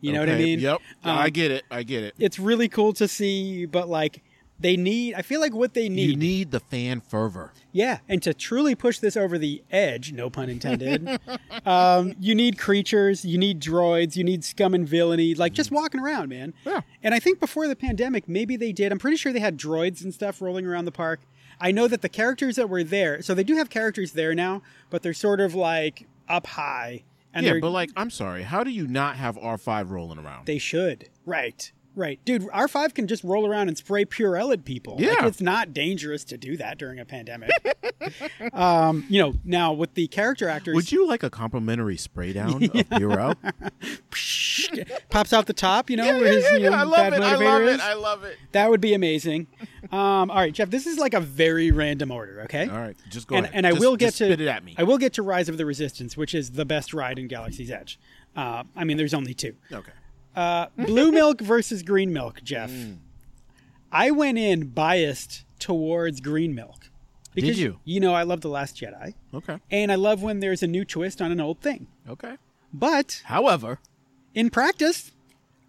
[SPEAKER 2] You know what I
[SPEAKER 1] Okay,
[SPEAKER 2] mean?
[SPEAKER 1] Yep.
[SPEAKER 2] Um,
[SPEAKER 1] I get it. I get it.
[SPEAKER 2] it's really cool to see, but like they need I feel like what they
[SPEAKER 1] You
[SPEAKER 2] need,
[SPEAKER 1] need the fan fervor.
[SPEAKER 2] yeah, and to truly push this over the edge, no
[SPEAKER 1] <laughs>
[SPEAKER 2] pun intended, um, you need creatures, you need droids, you need scum and villainy, like just walking around, man.
[SPEAKER 1] Mm-hmm. Yeah.
[SPEAKER 2] And I think before the pandemic, maybe they did. I'm pretty sure they had droids and stuff rolling around the park. I know that the characters that were there, so they do have characters there now, but they're sort of like up high and
[SPEAKER 1] yeah,
[SPEAKER 2] they're
[SPEAKER 1] but like, I'm sorry. How do you not have R5 rolling around?
[SPEAKER 2] They should. Right. Right. Dude, R5 can just roll around and spray Purell at people. Like,
[SPEAKER 1] Yeah.
[SPEAKER 2] it's not dangerous to do that during
[SPEAKER 1] <laughs>
[SPEAKER 2] a pandemic. um, you know, now with the character actors,
[SPEAKER 1] Would you like a complimentary
[SPEAKER 2] <laughs>
[SPEAKER 1] spray down of Bureau?
[SPEAKER 2] pops out the top, you know, where his
[SPEAKER 1] <laughs>
[SPEAKER 2] you know, bad motivator is.
[SPEAKER 1] love it.
[SPEAKER 2] that would be amazing. Um, all right, Jeff, this is like a very random order, okay?
[SPEAKER 1] All right, just go
[SPEAKER 2] and,
[SPEAKER 1] ahead.
[SPEAKER 2] and I
[SPEAKER 1] Just-
[SPEAKER 2] will get
[SPEAKER 1] just
[SPEAKER 2] to
[SPEAKER 1] spit it at me.
[SPEAKER 2] I will get to Rise of the Resistance, which is the best ride in Galaxy's Edge. Uh, I mean, there's only two.
[SPEAKER 1] okay.
[SPEAKER 2] Uh, blue milk versus green milk, Jeff.
[SPEAKER 1] Mm.
[SPEAKER 2] I went in biased towards green milk. Because,
[SPEAKER 1] you?
[SPEAKER 2] You know, I love The Last Jedi,
[SPEAKER 1] Okay.
[SPEAKER 2] and I love when there's a new twist on an old thing.
[SPEAKER 1] Okay.
[SPEAKER 2] But
[SPEAKER 1] However,
[SPEAKER 2] in practice,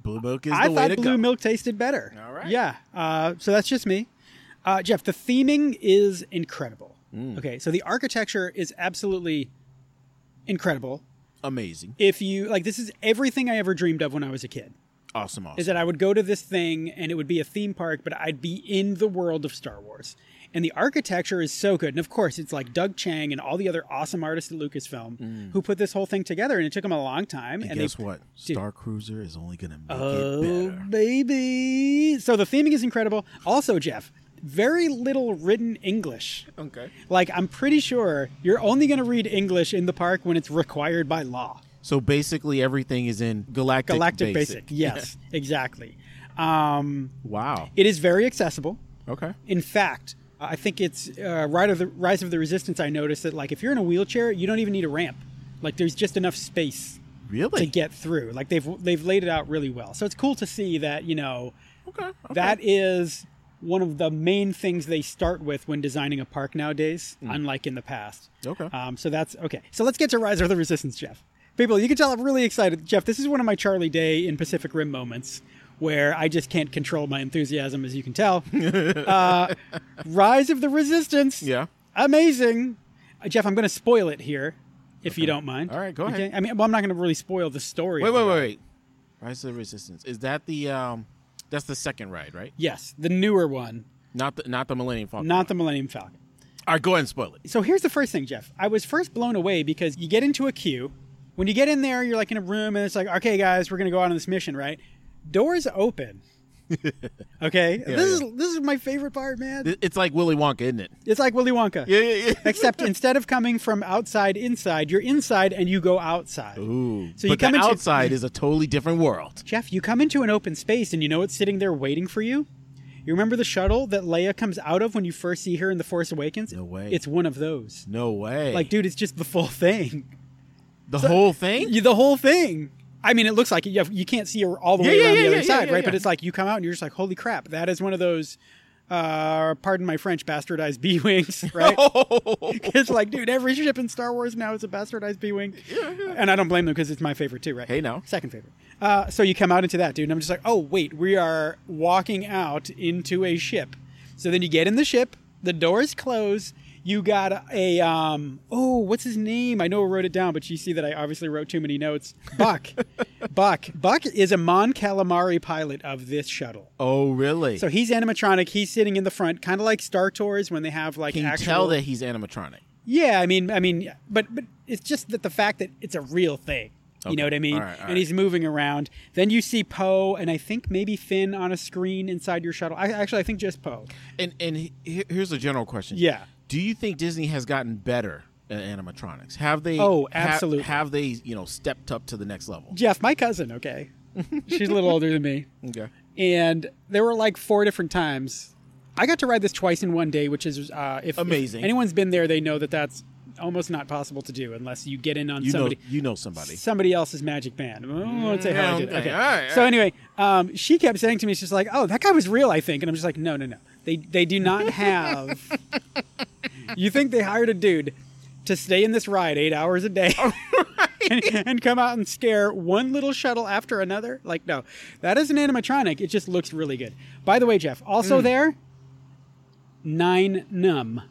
[SPEAKER 1] blue milk is
[SPEAKER 2] I
[SPEAKER 1] the way
[SPEAKER 2] thought
[SPEAKER 1] to
[SPEAKER 2] blue
[SPEAKER 1] go.
[SPEAKER 2] milk tasted better.
[SPEAKER 1] All right.
[SPEAKER 2] Yeah. Uh, so that's just me. Uh, Jeff, the theming is
[SPEAKER 1] Mm.
[SPEAKER 2] incredible. Okay. So the architecture is absolutely incredible.
[SPEAKER 1] amazing,
[SPEAKER 2] If you like, this is everything I ever dreamed of when I was a kid.
[SPEAKER 1] awesome, awesome.
[SPEAKER 2] Is that I would go to this thing and it would be a theme park, but I'd be in the world of Star Wars. And the architecture is so good. And of course, it's like Doug Chang and all the other awesome artists at Lucasfilm who put this whole thing together. And it took them a long time. And,
[SPEAKER 1] Mm. and
[SPEAKER 2] they
[SPEAKER 1] guess what? Star Cruiser is only gonna make it
[SPEAKER 2] Oh,
[SPEAKER 1] better.
[SPEAKER 2] baby. So the theming is incredible. Also, Jeff, very little written English.
[SPEAKER 1] Okay.
[SPEAKER 2] Like, I'm pretty sure you're only going to read English in the park when it's required by law.
[SPEAKER 1] So basically, everything is in Galactic,
[SPEAKER 2] Galactic
[SPEAKER 1] Basic. <laughs>
[SPEAKER 2] Basic. Yes, exactly. Um,
[SPEAKER 1] Wow.
[SPEAKER 2] it is very accessible.
[SPEAKER 1] Okay.
[SPEAKER 2] In fact, I think it's uh, Rise of the Rise of the Resistance. I noticed that, like, if you're in a wheelchair, you don't even need a ramp. Like, there's just enough space to
[SPEAKER 1] Really?
[SPEAKER 2] get through. Like, they've they've laid it out really well. So it's cool to see that you know
[SPEAKER 1] okay. okay.
[SPEAKER 2] that is one of the main things they start with when designing a park nowadays, unlike in the past.
[SPEAKER 1] Okay.
[SPEAKER 2] Um, so that's okay. So let's get to Rise of the Resistance, Jeff. People, you can tell I'm really excited. Jeff, this is one of my Charlie Day in Pacific Rim moments where I just can't control my enthusiasm, as you
[SPEAKER 1] <laughs>
[SPEAKER 2] can tell. uh, Rise of the Resistance.
[SPEAKER 1] Yeah.
[SPEAKER 2] Amazing. Uh, Jeff, I'm going to spoil it here, if you don't mind.
[SPEAKER 1] All right, go
[SPEAKER 2] Okay?
[SPEAKER 1] ahead.
[SPEAKER 2] I mean, well, I'm not going to really spoil the story.
[SPEAKER 1] Wait,
[SPEAKER 2] of
[SPEAKER 1] wait,
[SPEAKER 2] the
[SPEAKER 1] wait,
[SPEAKER 2] ride.
[SPEAKER 1] wait. Rise of the Resistance. Is that the um? That's the second ride, right?
[SPEAKER 2] Yes, the newer one,
[SPEAKER 1] Not the not the Millennium Falcon.
[SPEAKER 2] not the Millennium Falcon.
[SPEAKER 1] All right, go ahead and spoil it.
[SPEAKER 2] So here's the first thing, Jeff. I was first blown away because you get into a queue. When you get in there, you're like in a room and it's like, okay, guys, we're going to go out on this mission, right? Doors open.
[SPEAKER 1] <laughs>
[SPEAKER 2] Okay. this is this is my favorite part, man.
[SPEAKER 1] It- It's like Willy Wonka, isn't it?
[SPEAKER 2] It's like Willy Wonka.
[SPEAKER 1] Yeah, yeah, yeah.
[SPEAKER 2] <laughs> Except instead of coming from outside inside, you're inside and you go outside.
[SPEAKER 1] Ooh.
[SPEAKER 2] So you
[SPEAKER 1] but
[SPEAKER 2] come
[SPEAKER 1] the
[SPEAKER 2] into-
[SPEAKER 1] outside is a totally different world.
[SPEAKER 2] Jeff, you come into an open space and you know it's sitting there waiting for you. You remember the shuttle that Leia comes out of when you first see her in The Force Awakens?
[SPEAKER 1] No way.
[SPEAKER 2] It's one of those.
[SPEAKER 1] No way.
[SPEAKER 2] Like, dude, it's just the full <laughs> thing.
[SPEAKER 1] the whole thing.
[SPEAKER 2] you, the whole thing. I mean, it looks like it. You, have- you can't see her all the way
[SPEAKER 1] Yeah, yeah,
[SPEAKER 2] around the
[SPEAKER 1] yeah,
[SPEAKER 2] other
[SPEAKER 1] yeah, yeah,
[SPEAKER 2] side,
[SPEAKER 1] yeah,
[SPEAKER 2] right?
[SPEAKER 1] yeah.
[SPEAKER 2] But it's like you come out and you're just like, holy crap, that is one of those, uh, pardon my French, bastardized <laughs> B wings,
[SPEAKER 1] <laughs>
[SPEAKER 2] right?
[SPEAKER 1] Oh,
[SPEAKER 2] it's like, dude, every ship in Star Wars now is a bastardized B wing, and I don't blame them because it's my favorite too, right?
[SPEAKER 1] Hey, now.
[SPEAKER 2] second favorite. Uh, so you come out into that, dude, and I'm just like, oh wait, we are walking out into a ship. So then you get in the ship, the doors close. You got a um oh what's his name? I know I wrote it down, but you see that I obviously wrote too many notes.
[SPEAKER 1] <laughs>
[SPEAKER 2] Buck, Buck, Buck is a Mon Calamari pilot of this shuttle.
[SPEAKER 1] Oh, really?
[SPEAKER 2] So he's animatronic. He's sitting in the front, kind of like Star Tours when they have like
[SPEAKER 1] Can you
[SPEAKER 2] actual.
[SPEAKER 1] tell that he's animatronic?
[SPEAKER 2] Yeah, I mean, I mean, but but it's just that the fact that it's a real thing. You
[SPEAKER 1] Okay.
[SPEAKER 2] know what I mean?
[SPEAKER 1] All right, all
[SPEAKER 2] and
[SPEAKER 1] right.
[SPEAKER 2] he's moving around. Then you see Poe, and I think maybe Finn on a screen inside your shuttle. I, actually, I think just Poe.
[SPEAKER 1] And and he- he- here's a general question.
[SPEAKER 2] Yeah.
[SPEAKER 1] Do you think Disney has gotten better at animatronics? Have they?
[SPEAKER 2] Oh,
[SPEAKER 1] ha-
[SPEAKER 2] absolutely.
[SPEAKER 1] Have, they you know stepped up to the next level?
[SPEAKER 2] Jeff, my
[SPEAKER 1] <laughs>
[SPEAKER 2] cousin. Okay, she's a little older than me,
[SPEAKER 1] Okay.
[SPEAKER 2] and there were like four different times. I got to ride this twice in one day, which is uh, if if
[SPEAKER 1] Amazing.
[SPEAKER 2] anyone's been there, they know that that's almost not possible to do unless you get in on
[SPEAKER 1] You
[SPEAKER 2] somebody.
[SPEAKER 1] know you know somebody. Ah,
[SPEAKER 2] somebody else's magic band. I won't say how I did. it.
[SPEAKER 1] Okay,
[SPEAKER 2] Okay.
[SPEAKER 1] all right, all
[SPEAKER 2] so
[SPEAKER 1] right.
[SPEAKER 2] anyway, um, she kept saying to me, she's like, "Oh, that guy was real, I think," and I'm just like, "No, no, no. They they do not
[SPEAKER 1] <laughs>
[SPEAKER 2] have. you think they hired a dude to stay in this ride eight hours a day?"
[SPEAKER 1] Oh,
[SPEAKER 2] <laughs> And, and come out and scare one little shuttle after another? Like, no, that is an animatronic. It just looks really good. By the way, Jeff, also
[SPEAKER 1] Mm.
[SPEAKER 2] there, Nine Numb.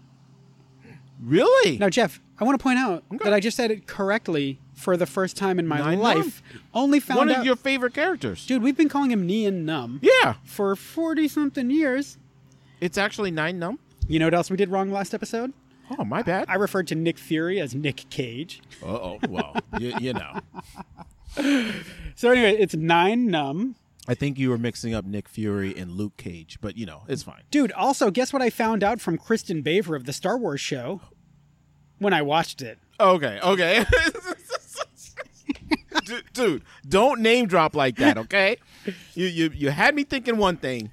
[SPEAKER 1] Really?
[SPEAKER 2] Now, Jeff, I want to point out that I just said it correctly for the first time in my
[SPEAKER 1] Nine
[SPEAKER 2] life. Only found
[SPEAKER 1] One
[SPEAKER 2] out,
[SPEAKER 1] of your favorite characters.
[SPEAKER 2] dude. We've been calling him Neon Numb
[SPEAKER 1] Yeah.
[SPEAKER 2] for forty something years.
[SPEAKER 1] It's actually nine num.
[SPEAKER 2] You know what else we did wrong last episode?
[SPEAKER 1] Oh, my bad.
[SPEAKER 2] I referred to Nick Fury as Nick Cage.
[SPEAKER 1] Uh oh. Well, you, you
[SPEAKER 2] <laughs>
[SPEAKER 1] know.
[SPEAKER 2] So anyway, it's Nine Numb,
[SPEAKER 1] I think you were mixing up Nick Fury and Luke Cage, but you know, it's fine.
[SPEAKER 2] dude. Also, guess what I found out from Kristen Baver of the Star Wars show when I watched it.
[SPEAKER 1] Okay, okay. <laughs> D- Dude, don't name drop like that, okay? You you you had me thinking one thing.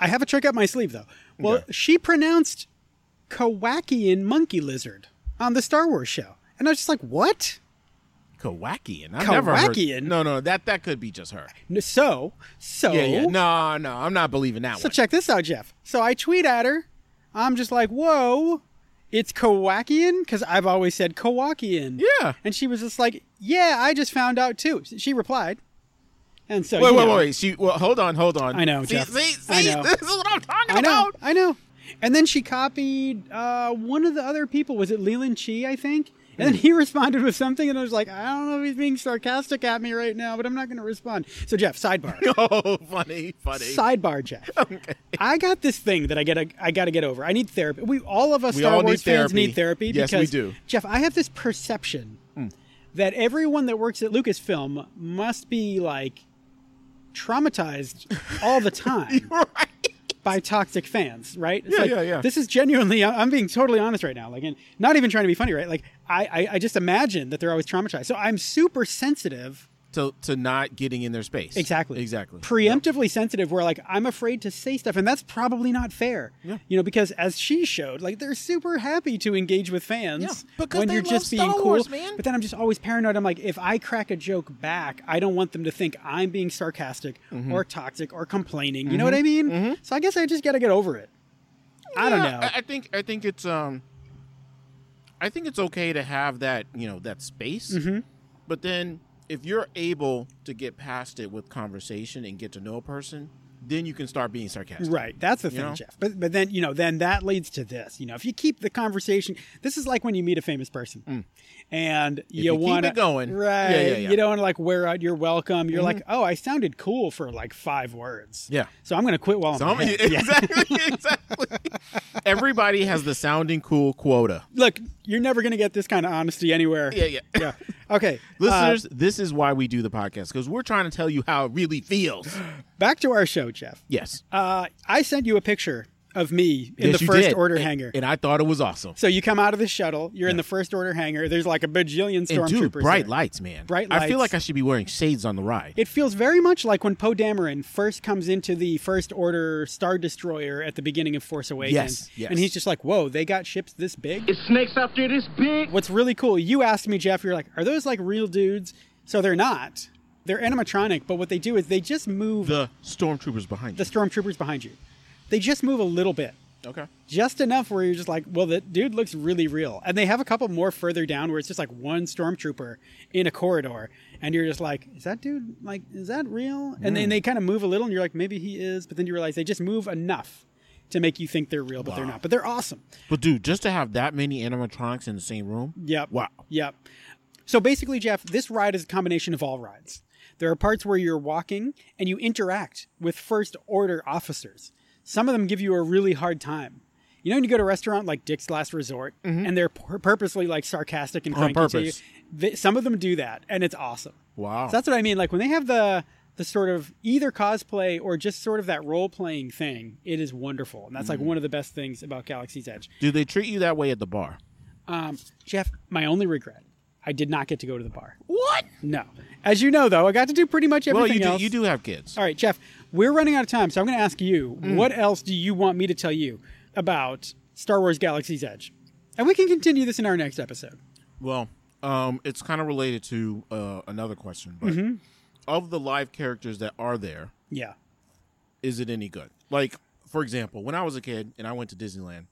[SPEAKER 2] I have a trick up my sleeve, though. Well,
[SPEAKER 1] Okay.
[SPEAKER 2] she pronounced Kowakian monkey lizard on the Star Wars show. And I was just like, what?
[SPEAKER 1] Kowakian. I've never heard-
[SPEAKER 2] Kowakian?
[SPEAKER 1] No, no, that that could be just her.
[SPEAKER 2] N- So, so,
[SPEAKER 1] Yeah, yeah. No, no, I'm not believing that
[SPEAKER 2] so
[SPEAKER 1] one.
[SPEAKER 2] check this out, Jeff. So I tweet at her. I'm just like, whoa, it's Kowakian? Because I've always said Kowakian.
[SPEAKER 1] Yeah.
[SPEAKER 2] And she was just like, yeah, I just found out too. S- She replied. And so,
[SPEAKER 1] Wait,
[SPEAKER 2] you
[SPEAKER 1] wait,
[SPEAKER 2] know,
[SPEAKER 1] wait, wait. She well, hold on, hold on.
[SPEAKER 2] I know,
[SPEAKER 1] See,
[SPEAKER 2] Jeff.
[SPEAKER 1] see, see
[SPEAKER 2] I know.
[SPEAKER 1] this is what I'm talking
[SPEAKER 2] I know,
[SPEAKER 1] about.
[SPEAKER 2] I know. And then she copied uh, one of the other people. Was it Leland Chi, I think? And
[SPEAKER 1] Hmm.
[SPEAKER 2] then he <laughs> responded with something, and I was like, I don't know if he's being sarcastic at me right now, but I'm not going to respond. So, Jeff, sidebar.
[SPEAKER 1] <laughs> Oh, funny, funny. <laughs>
[SPEAKER 2] Sidebar, Jeff. I got this thing that I get. I got to get over. I need therapy. We all of us
[SPEAKER 1] We
[SPEAKER 2] Star
[SPEAKER 1] all need
[SPEAKER 2] Wars fans
[SPEAKER 1] therapy.
[SPEAKER 2] need therapy.
[SPEAKER 1] Yes, we
[SPEAKER 2] because,
[SPEAKER 1] do. Hmm.
[SPEAKER 2] Jeff, I have this perception that everyone that works at Lucasfilm must be like
[SPEAKER 1] <laughs>
[SPEAKER 2] traumatized all the time by toxic fans, right? It's
[SPEAKER 1] Yeah,
[SPEAKER 2] like,
[SPEAKER 1] yeah, yeah.
[SPEAKER 2] This is genuinely. I- I'm being totally honest right now. Like, and not even trying to be funny, right? Like, I, I, I just imagine that they're always traumatized. So I'm super sensitive.
[SPEAKER 1] to to not getting in their space.
[SPEAKER 2] Exactly.
[SPEAKER 1] Exactly.
[SPEAKER 2] Preemptively sensitive, where like I'm afraid to say stuff, and that's probably not fair.
[SPEAKER 1] Yeah.
[SPEAKER 2] You know, because as she showed, like they're super happy to engage with fans
[SPEAKER 1] Yeah, because
[SPEAKER 2] when
[SPEAKER 1] they
[SPEAKER 2] you're
[SPEAKER 1] love
[SPEAKER 2] just being
[SPEAKER 1] Star
[SPEAKER 2] cool.
[SPEAKER 1] Wars, man.
[SPEAKER 2] But then I'm just always paranoid. I'm like, if I crack a joke back, I don't want them to think I'm being sarcastic
[SPEAKER 1] Mm-hmm.
[SPEAKER 2] or toxic or complaining. You know what I mean? So I guess I just got to get over it. I don't
[SPEAKER 1] Yeah,
[SPEAKER 2] know.
[SPEAKER 1] I, I think I think it's um I think it's okay to have that, you know, that space.
[SPEAKER 2] Mm-hmm.
[SPEAKER 1] But then if you're able to get past it with conversation and get to know a person, then you can start being sarcastic.
[SPEAKER 2] Right. That's the thing,
[SPEAKER 1] know?
[SPEAKER 2] Jeff. But but then you know, then that leads to this. You know, if you keep the conversation, this is like when you meet a famous person, and you,
[SPEAKER 1] Mm. you keep
[SPEAKER 2] want
[SPEAKER 1] it going.
[SPEAKER 2] right?
[SPEAKER 1] Yeah, yeah, yeah.
[SPEAKER 2] You don't want to like wear out your welcome. You're like, oh, I sounded cool for like five words.
[SPEAKER 1] Yeah.
[SPEAKER 2] So I'm gonna quit while I'm
[SPEAKER 1] So I'm- <laughs>
[SPEAKER 2] ahead. <laughs> Yeah.
[SPEAKER 1] Exactly, exactly. Everybody has the sounding cool quota.
[SPEAKER 2] Look, you're never gonna get this kind of honesty anywhere.
[SPEAKER 1] Yeah, yeah.
[SPEAKER 2] yeah. Okay, uh,
[SPEAKER 1] Listeners, this is why we do the podcast because we're trying to tell you how it really feels.
[SPEAKER 2] back to our show, Jeff.
[SPEAKER 1] Yes.
[SPEAKER 2] Uh, I sent you a picture of me in
[SPEAKER 1] Yes,
[SPEAKER 2] the
[SPEAKER 1] you
[SPEAKER 2] first
[SPEAKER 1] did.
[SPEAKER 2] order
[SPEAKER 1] And-
[SPEAKER 2] hangar.
[SPEAKER 1] And I thought it was awesome.
[SPEAKER 2] so you come out of the shuttle. You're in the first order hangar. There's like a bajillion stormtroopers.
[SPEAKER 1] And dude, bright
[SPEAKER 2] there.
[SPEAKER 1] lights, man.
[SPEAKER 2] Bright
[SPEAKER 1] I feel
[SPEAKER 2] lights.
[SPEAKER 1] like I should be wearing shades on the ride.
[SPEAKER 2] It feels very much like when Poe Dameron first comes into the First Order Star Destroyer at the beginning of Force Awakens.
[SPEAKER 1] Yes, yes.
[SPEAKER 2] And he's just like, whoa, they got ships this big?
[SPEAKER 3] It snakes out there this big.
[SPEAKER 2] What's really cool, you asked me, Jeff, you're like, are those like real dudes? So they're not. They're animatronic, but what they do is they just move the,
[SPEAKER 1] the stormtroopers behind you.
[SPEAKER 2] stormtroopers behind you. They just move a little bit.
[SPEAKER 1] Okay.
[SPEAKER 2] Just enough where you're just like, well, that dude looks really real. And they have a couple more further down where it's just like one stormtrooper in a corridor. And you're just like, is that dude, like, is that real? And then they kind of move a little and you're like, maybe he is. But then you realize they just move enough to make you think they're real, but they're not. But they're awesome.
[SPEAKER 1] But dude, just to have that many animatronics in the same room.
[SPEAKER 2] Yep.
[SPEAKER 1] Wow.
[SPEAKER 2] Yep. So basically, Jeff, this ride is a combination of all rides. There are parts where you're walking and you interact with first order officers. Some of them give you a really hard time. You know, when you go to a restaurant like Dick's Last Resort and they're pur- purposely like sarcastic and
[SPEAKER 1] Mm-hmm. On
[SPEAKER 2] cranky to you,
[SPEAKER 1] purpose.
[SPEAKER 2] th- some of them do that and it's awesome.
[SPEAKER 1] Wow.
[SPEAKER 2] So that's what I mean. Like when they have the the sort of either cosplay or just sort of that role playing thing, it is wonderful. And that's
[SPEAKER 1] Mm-hmm.
[SPEAKER 2] like one of the best things about Galaxy's Edge.
[SPEAKER 1] Do they treat you that way at the bar?
[SPEAKER 2] Um, Jeff, my only regret, I did not get to go to the bar.
[SPEAKER 1] What?
[SPEAKER 2] No. As you know, though, I got to do pretty much everything
[SPEAKER 1] Well, you do,
[SPEAKER 2] else.
[SPEAKER 1] you do have kids.
[SPEAKER 2] All right, Jeff, we're running out of time, so I'm going to ask you,
[SPEAKER 1] Mm.
[SPEAKER 2] what else do you want me to tell you about Star Wars Galaxy's Edge? And we can continue this in our next episode.
[SPEAKER 1] Well, um, it's kind of related to uh, another question, but
[SPEAKER 2] Mm-hmm.
[SPEAKER 1] of the live characters that are there,
[SPEAKER 2] Yeah.
[SPEAKER 1] is it any good? Like, for example, when I was a kid and I went to Disneyland,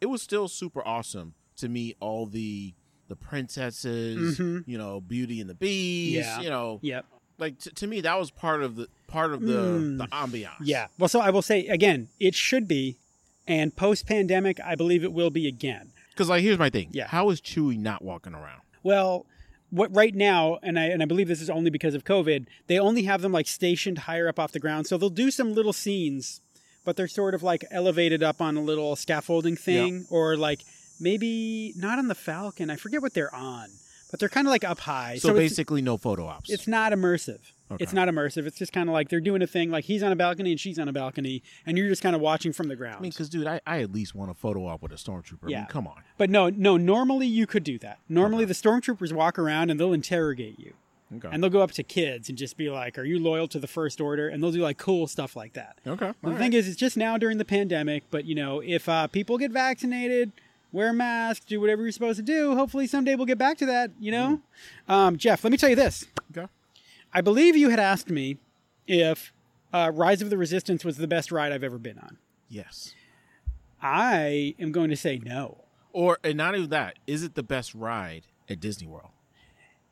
[SPEAKER 1] it was still super awesome to meet all the the princesses, you know, Beauty and the Beast,
[SPEAKER 2] Mm-hmm. Yeah.
[SPEAKER 1] you know,
[SPEAKER 2] Yep.
[SPEAKER 1] like t- to me that was part of the part of the the ambiance.
[SPEAKER 2] Mm. Yeah. Well, so I will say again, it should be, and post pandemic, I believe it will be again.
[SPEAKER 1] Because like, here's my thing.
[SPEAKER 2] Yeah.
[SPEAKER 1] How is Chewie not walking around?
[SPEAKER 2] Well, what right now, and I and I believe this is only because of COVID, they only have them like stationed higher up off the ground. So they'll do some little scenes, but they're sort of like elevated up on a little scaffolding thing, or like maybe not on the Falcon. I forget what they're on, but they're kind of like up high.
[SPEAKER 1] So,
[SPEAKER 2] it's-
[SPEAKER 1] basically, no photo ops.
[SPEAKER 2] it's not immersive. It's not immersive. It's just kind of like they're doing a thing. Like he's on a balcony and she's on a balcony, and you're just kind of watching from the ground.
[SPEAKER 1] I mean, because dude, I, I at least want a photo op with a stormtrooper. I
[SPEAKER 2] Yeah.
[SPEAKER 1] mean, come on.
[SPEAKER 2] but no, no. Normally you could do that. Normally the stormtroopers walk around and they'll interrogate you.
[SPEAKER 1] Okay.
[SPEAKER 2] and they'll go up to kids and just be like, "Are you loyal to the First Order?" And they'll do like cool stuff like that.
[SPEAKER 1] okay.
[SPEAKER 2] The thing is, it's just now during the pandemic, but you know, if uh, people get vaccinated, wear masks, do whatever you're supposed to do, hopefully someday we'll get back to that. You know, um, Jeff, let me tell you this.
[SPEAKER 1] okay.
[SPEAKER 2] I believe you had asked me if uh, Rise of the Resistance was the best ride I've ever been on.
[SPEAKER 1] Yes.
[SPEAKER 2] I am going to say no.
[SPEAKER 1] Or and not even that. Is it the best ride at Disney World?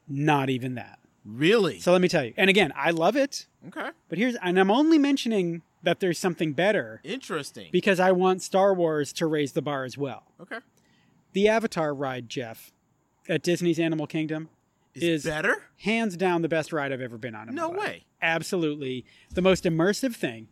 [SPEAKER 2] Not even that.
[SPEAKER 1] Really?
[SPEAKER 2] So let me tell you. And again, I love it.
[SPEAKER 1] okay.
[SPEAKER 2] But here's, and I'm only mentioning that there's something better
[SPEAKER 1] Interesting.
[SPEAKER 2] because I want Star Wars to raise the bar as well.
[SPEAKER 1] okay.
[SPEAKER 2] The Avatar ride, Jeff, at Disney's Animal Kingdom
[SPEAKER 1] Is,
[SPEAKER 2] is
[SPEAKER 1] better?
[SPEAKER 2] hands down the best ride I've ever been on. in my
[SPEAKER 1] No
[SPEAKER 2] life.
[SPEAKER 1] way.
[SPEAKER 2] Absolutely. The most immersive thing.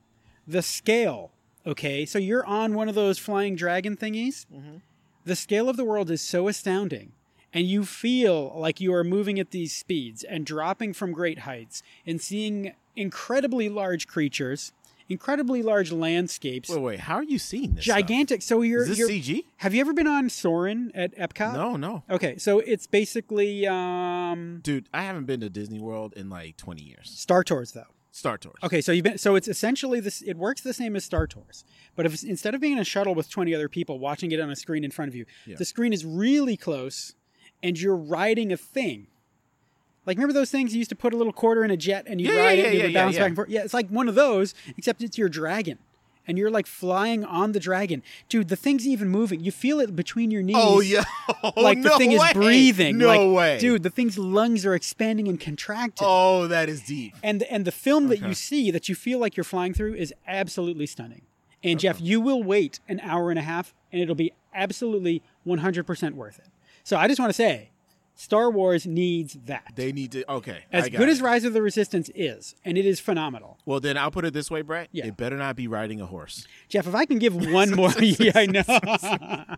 [SPEAKER 2] The scale. Okay. So you're on one of those flying dragon thingies.
[SPEAKER 1] Mm-hmm.
[SPEAKER 2] The scale of the world is so astounding. And you feel like you are moving at these speeds and dropping from great heights and seeing incredibly large creatures, incredibly large landscapes,
[SPEAKER 1] Wait, wait. How are you seeing this? stuff?
[SPEAKER 2] gigantic. So you're,
[SPEAKER 1] Is this
[SPEAKER 2] you're
[SPEAKER 1] CG?
[SPEAKER 2] have you ever been on Soren at Epcot?
[SPEAKER 1] No, no.
[SPEAKER 2] Okay, so it's basically um,
[SPEAKER 1] Dude, I haven't been to Disney World in like 20 years.
[SPEAKER 2] Star Tours, though.
[SPEAKER 1] Star Tours.
[SPEAKER 2] Okay, so you've been so it's essentially this. It works the same as Star Tours, but if instead of being in a shuttle with twenty other people watching it on a screen in front of you, the screen is really close, and you're riding a thing. Like remember those things you used to put a little quarter in a jet and you
[SPEAKER 1] Yeah,
[SPEAKER 2] ride
[SPEAKER 1] yeah,
[SPEAKER 2] it and
[SPEAKER 1] yeah,
[SPEAKER 2] you would
[SPEAKER 1] yeah,
[SPEAKER 2] bounce
[SPEAKER 1] yeah.
[SPEAKER 2] back and forth. Yeah, it's like one of those, except it's your dragon. And you're like flying on the dragon. Dude, the thing's even moving. You feel it between your knees
[SPEAKER 1] Oh, yeah. <laughs> Oh,
[SPEAKER 2] like
[SPEAKER 1] no
[SPEAKER 2] the thing
[SPEAKER 1] way.
[SPEAKER 2] is breathing.
[SPEAKER 1] No
[SPEAKER 2] Like,
[SPEAKER 1] way.
[SPEAKER 2] dude. The thing's lungs are expanding and contracting.
[SPEAKER 1] Oh, that is deep.
[SPEAKER 2] And and the film that you see that you feel like you're flying through is absolutely stunning. And Jeff, you will wait an hour and a half, and it'll be absolutely 100% worth it. So I just want to say, Star Wars needs that.
[SPEAKER 1] They need to. Okay.
[SPEAKER 2] as
[SPEAKER 1] I got
[SPEAKER 2] good
[SPEAKER 1] it.
[SPEAKER 2] as Rise of the Resistance is, and it is phenomenal.
[SPEAKER 1] Well, then I'll put it this way, Brett.
[SPEAKER 2] Yeah.
[SPEAKER 1] It better not be riding a horse.
[SPEAKER 2] Jeff, if I can give one
[SPEAKER 1] <laughs>
[SPEAKER 2] more, <laughs> yeah, I know. <laughs>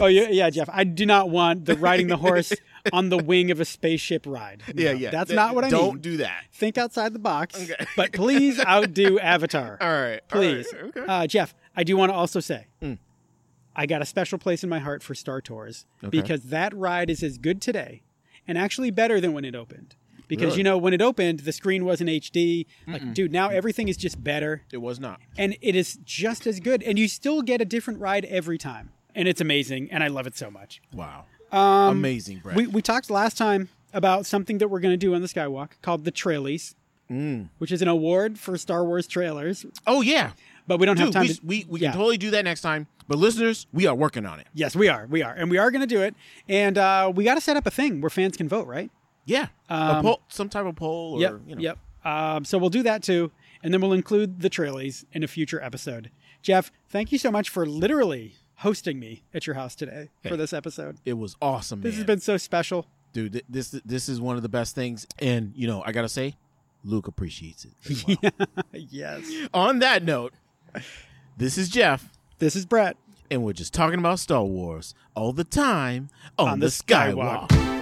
[SPEAKER 2] oh yeah, yeah, Jeff. I do not want the riding
[SPEAKER 1] <laughs>
[SPEAKER 2] the horse on the wing of a spaceship ride. No, That's
[SPEAKER 1] Th-
[SPEAKER 2] not what I
[SPEAKER 1] Don't
[SPEAKER 2] mean.
[SPEAKER 1] do that.
[SPEAKER 2] Think outside the box, <laughs> but please
[SPEAKER 1] <laughs>
[SPEAKER 2] outdo Avatar.
[SPEAKER 1] All right. all right,
[SPEAKER 2] please,
[SPEAKER 1] okay. Hmm.
[SPEAKER 2] uh, Jeff. I do want to also say, I got a special place in my heart for Star Tours because that ride is as good today, and actually better than when it opened. Because
[SPEAKER 1] Really?
[SPEAKER 2] you know when it opened, the screen wasn't HD. Like, dude, now everything is just better
[SPEAKER 1] It was not.
[SPEAKER 2] and it is just as good and you still get a different ride every time and it's amazing and i love it so much
[SPEAKER 1] Wow. Um, Amazing, Brett.
[SPEAKER 2] we, we talked last time about something that we're going to do on the skywalk called the trailies
[SPEAKER 1] Mm.
[SPEAKER 2] which is an award for star wars trailers
[SPEAKER 1] oh, yeah.
[SPEAKER 2] but we don't have
[SPEAKER 1] Dude,
[SPEAKER 2] time
[SPEAKER 1] we,
[SPEAKER 2] to
[SPEAKER 1] we, we
[SPEAKER 2] Yeah.
[SPEAKER 1] can totally do that next time. But listeners, we are working on it.
[SPEAKER 2] yes we are we are and we are going to do it and uh, we got to set up a thing where fans can vote right
[SPEAKER 1] Yeah. a poll, some type of poll or,
[SPEAKER 2] Um, yep
[SPEAKER 1] you know.
[SPEAKER 2] yep um, so we'll do that too and then we'll include the trailies in a future episode jeff thank you so much for literally hosting me at your house today for this episode
[SPEAKER 1] It was awesome,
[SPEAKER 2] This has
[SPEAKER 1] man.
[SPEAKER 2] been so special.
[SPEAKER 1] Dude, th- this this is one of the best things. And, you know, I got to say, Luke appreciates it. as well.
[SPEAKER 2] yes.
[SPEAKER 1] on that note, this is Jeff,
[SPEAKER 2] This is Brett.
[SPEAKER 1] and we're just talking about Star Wars all the time on,
[SPEAKER 2] On
[SPEAKER 1] the,
[SPEAKER 2] the
[SPEAKER 1] Skywalk.
[SPEAKER 2] Skywalk.
[SPEAKER 1] Skywalk.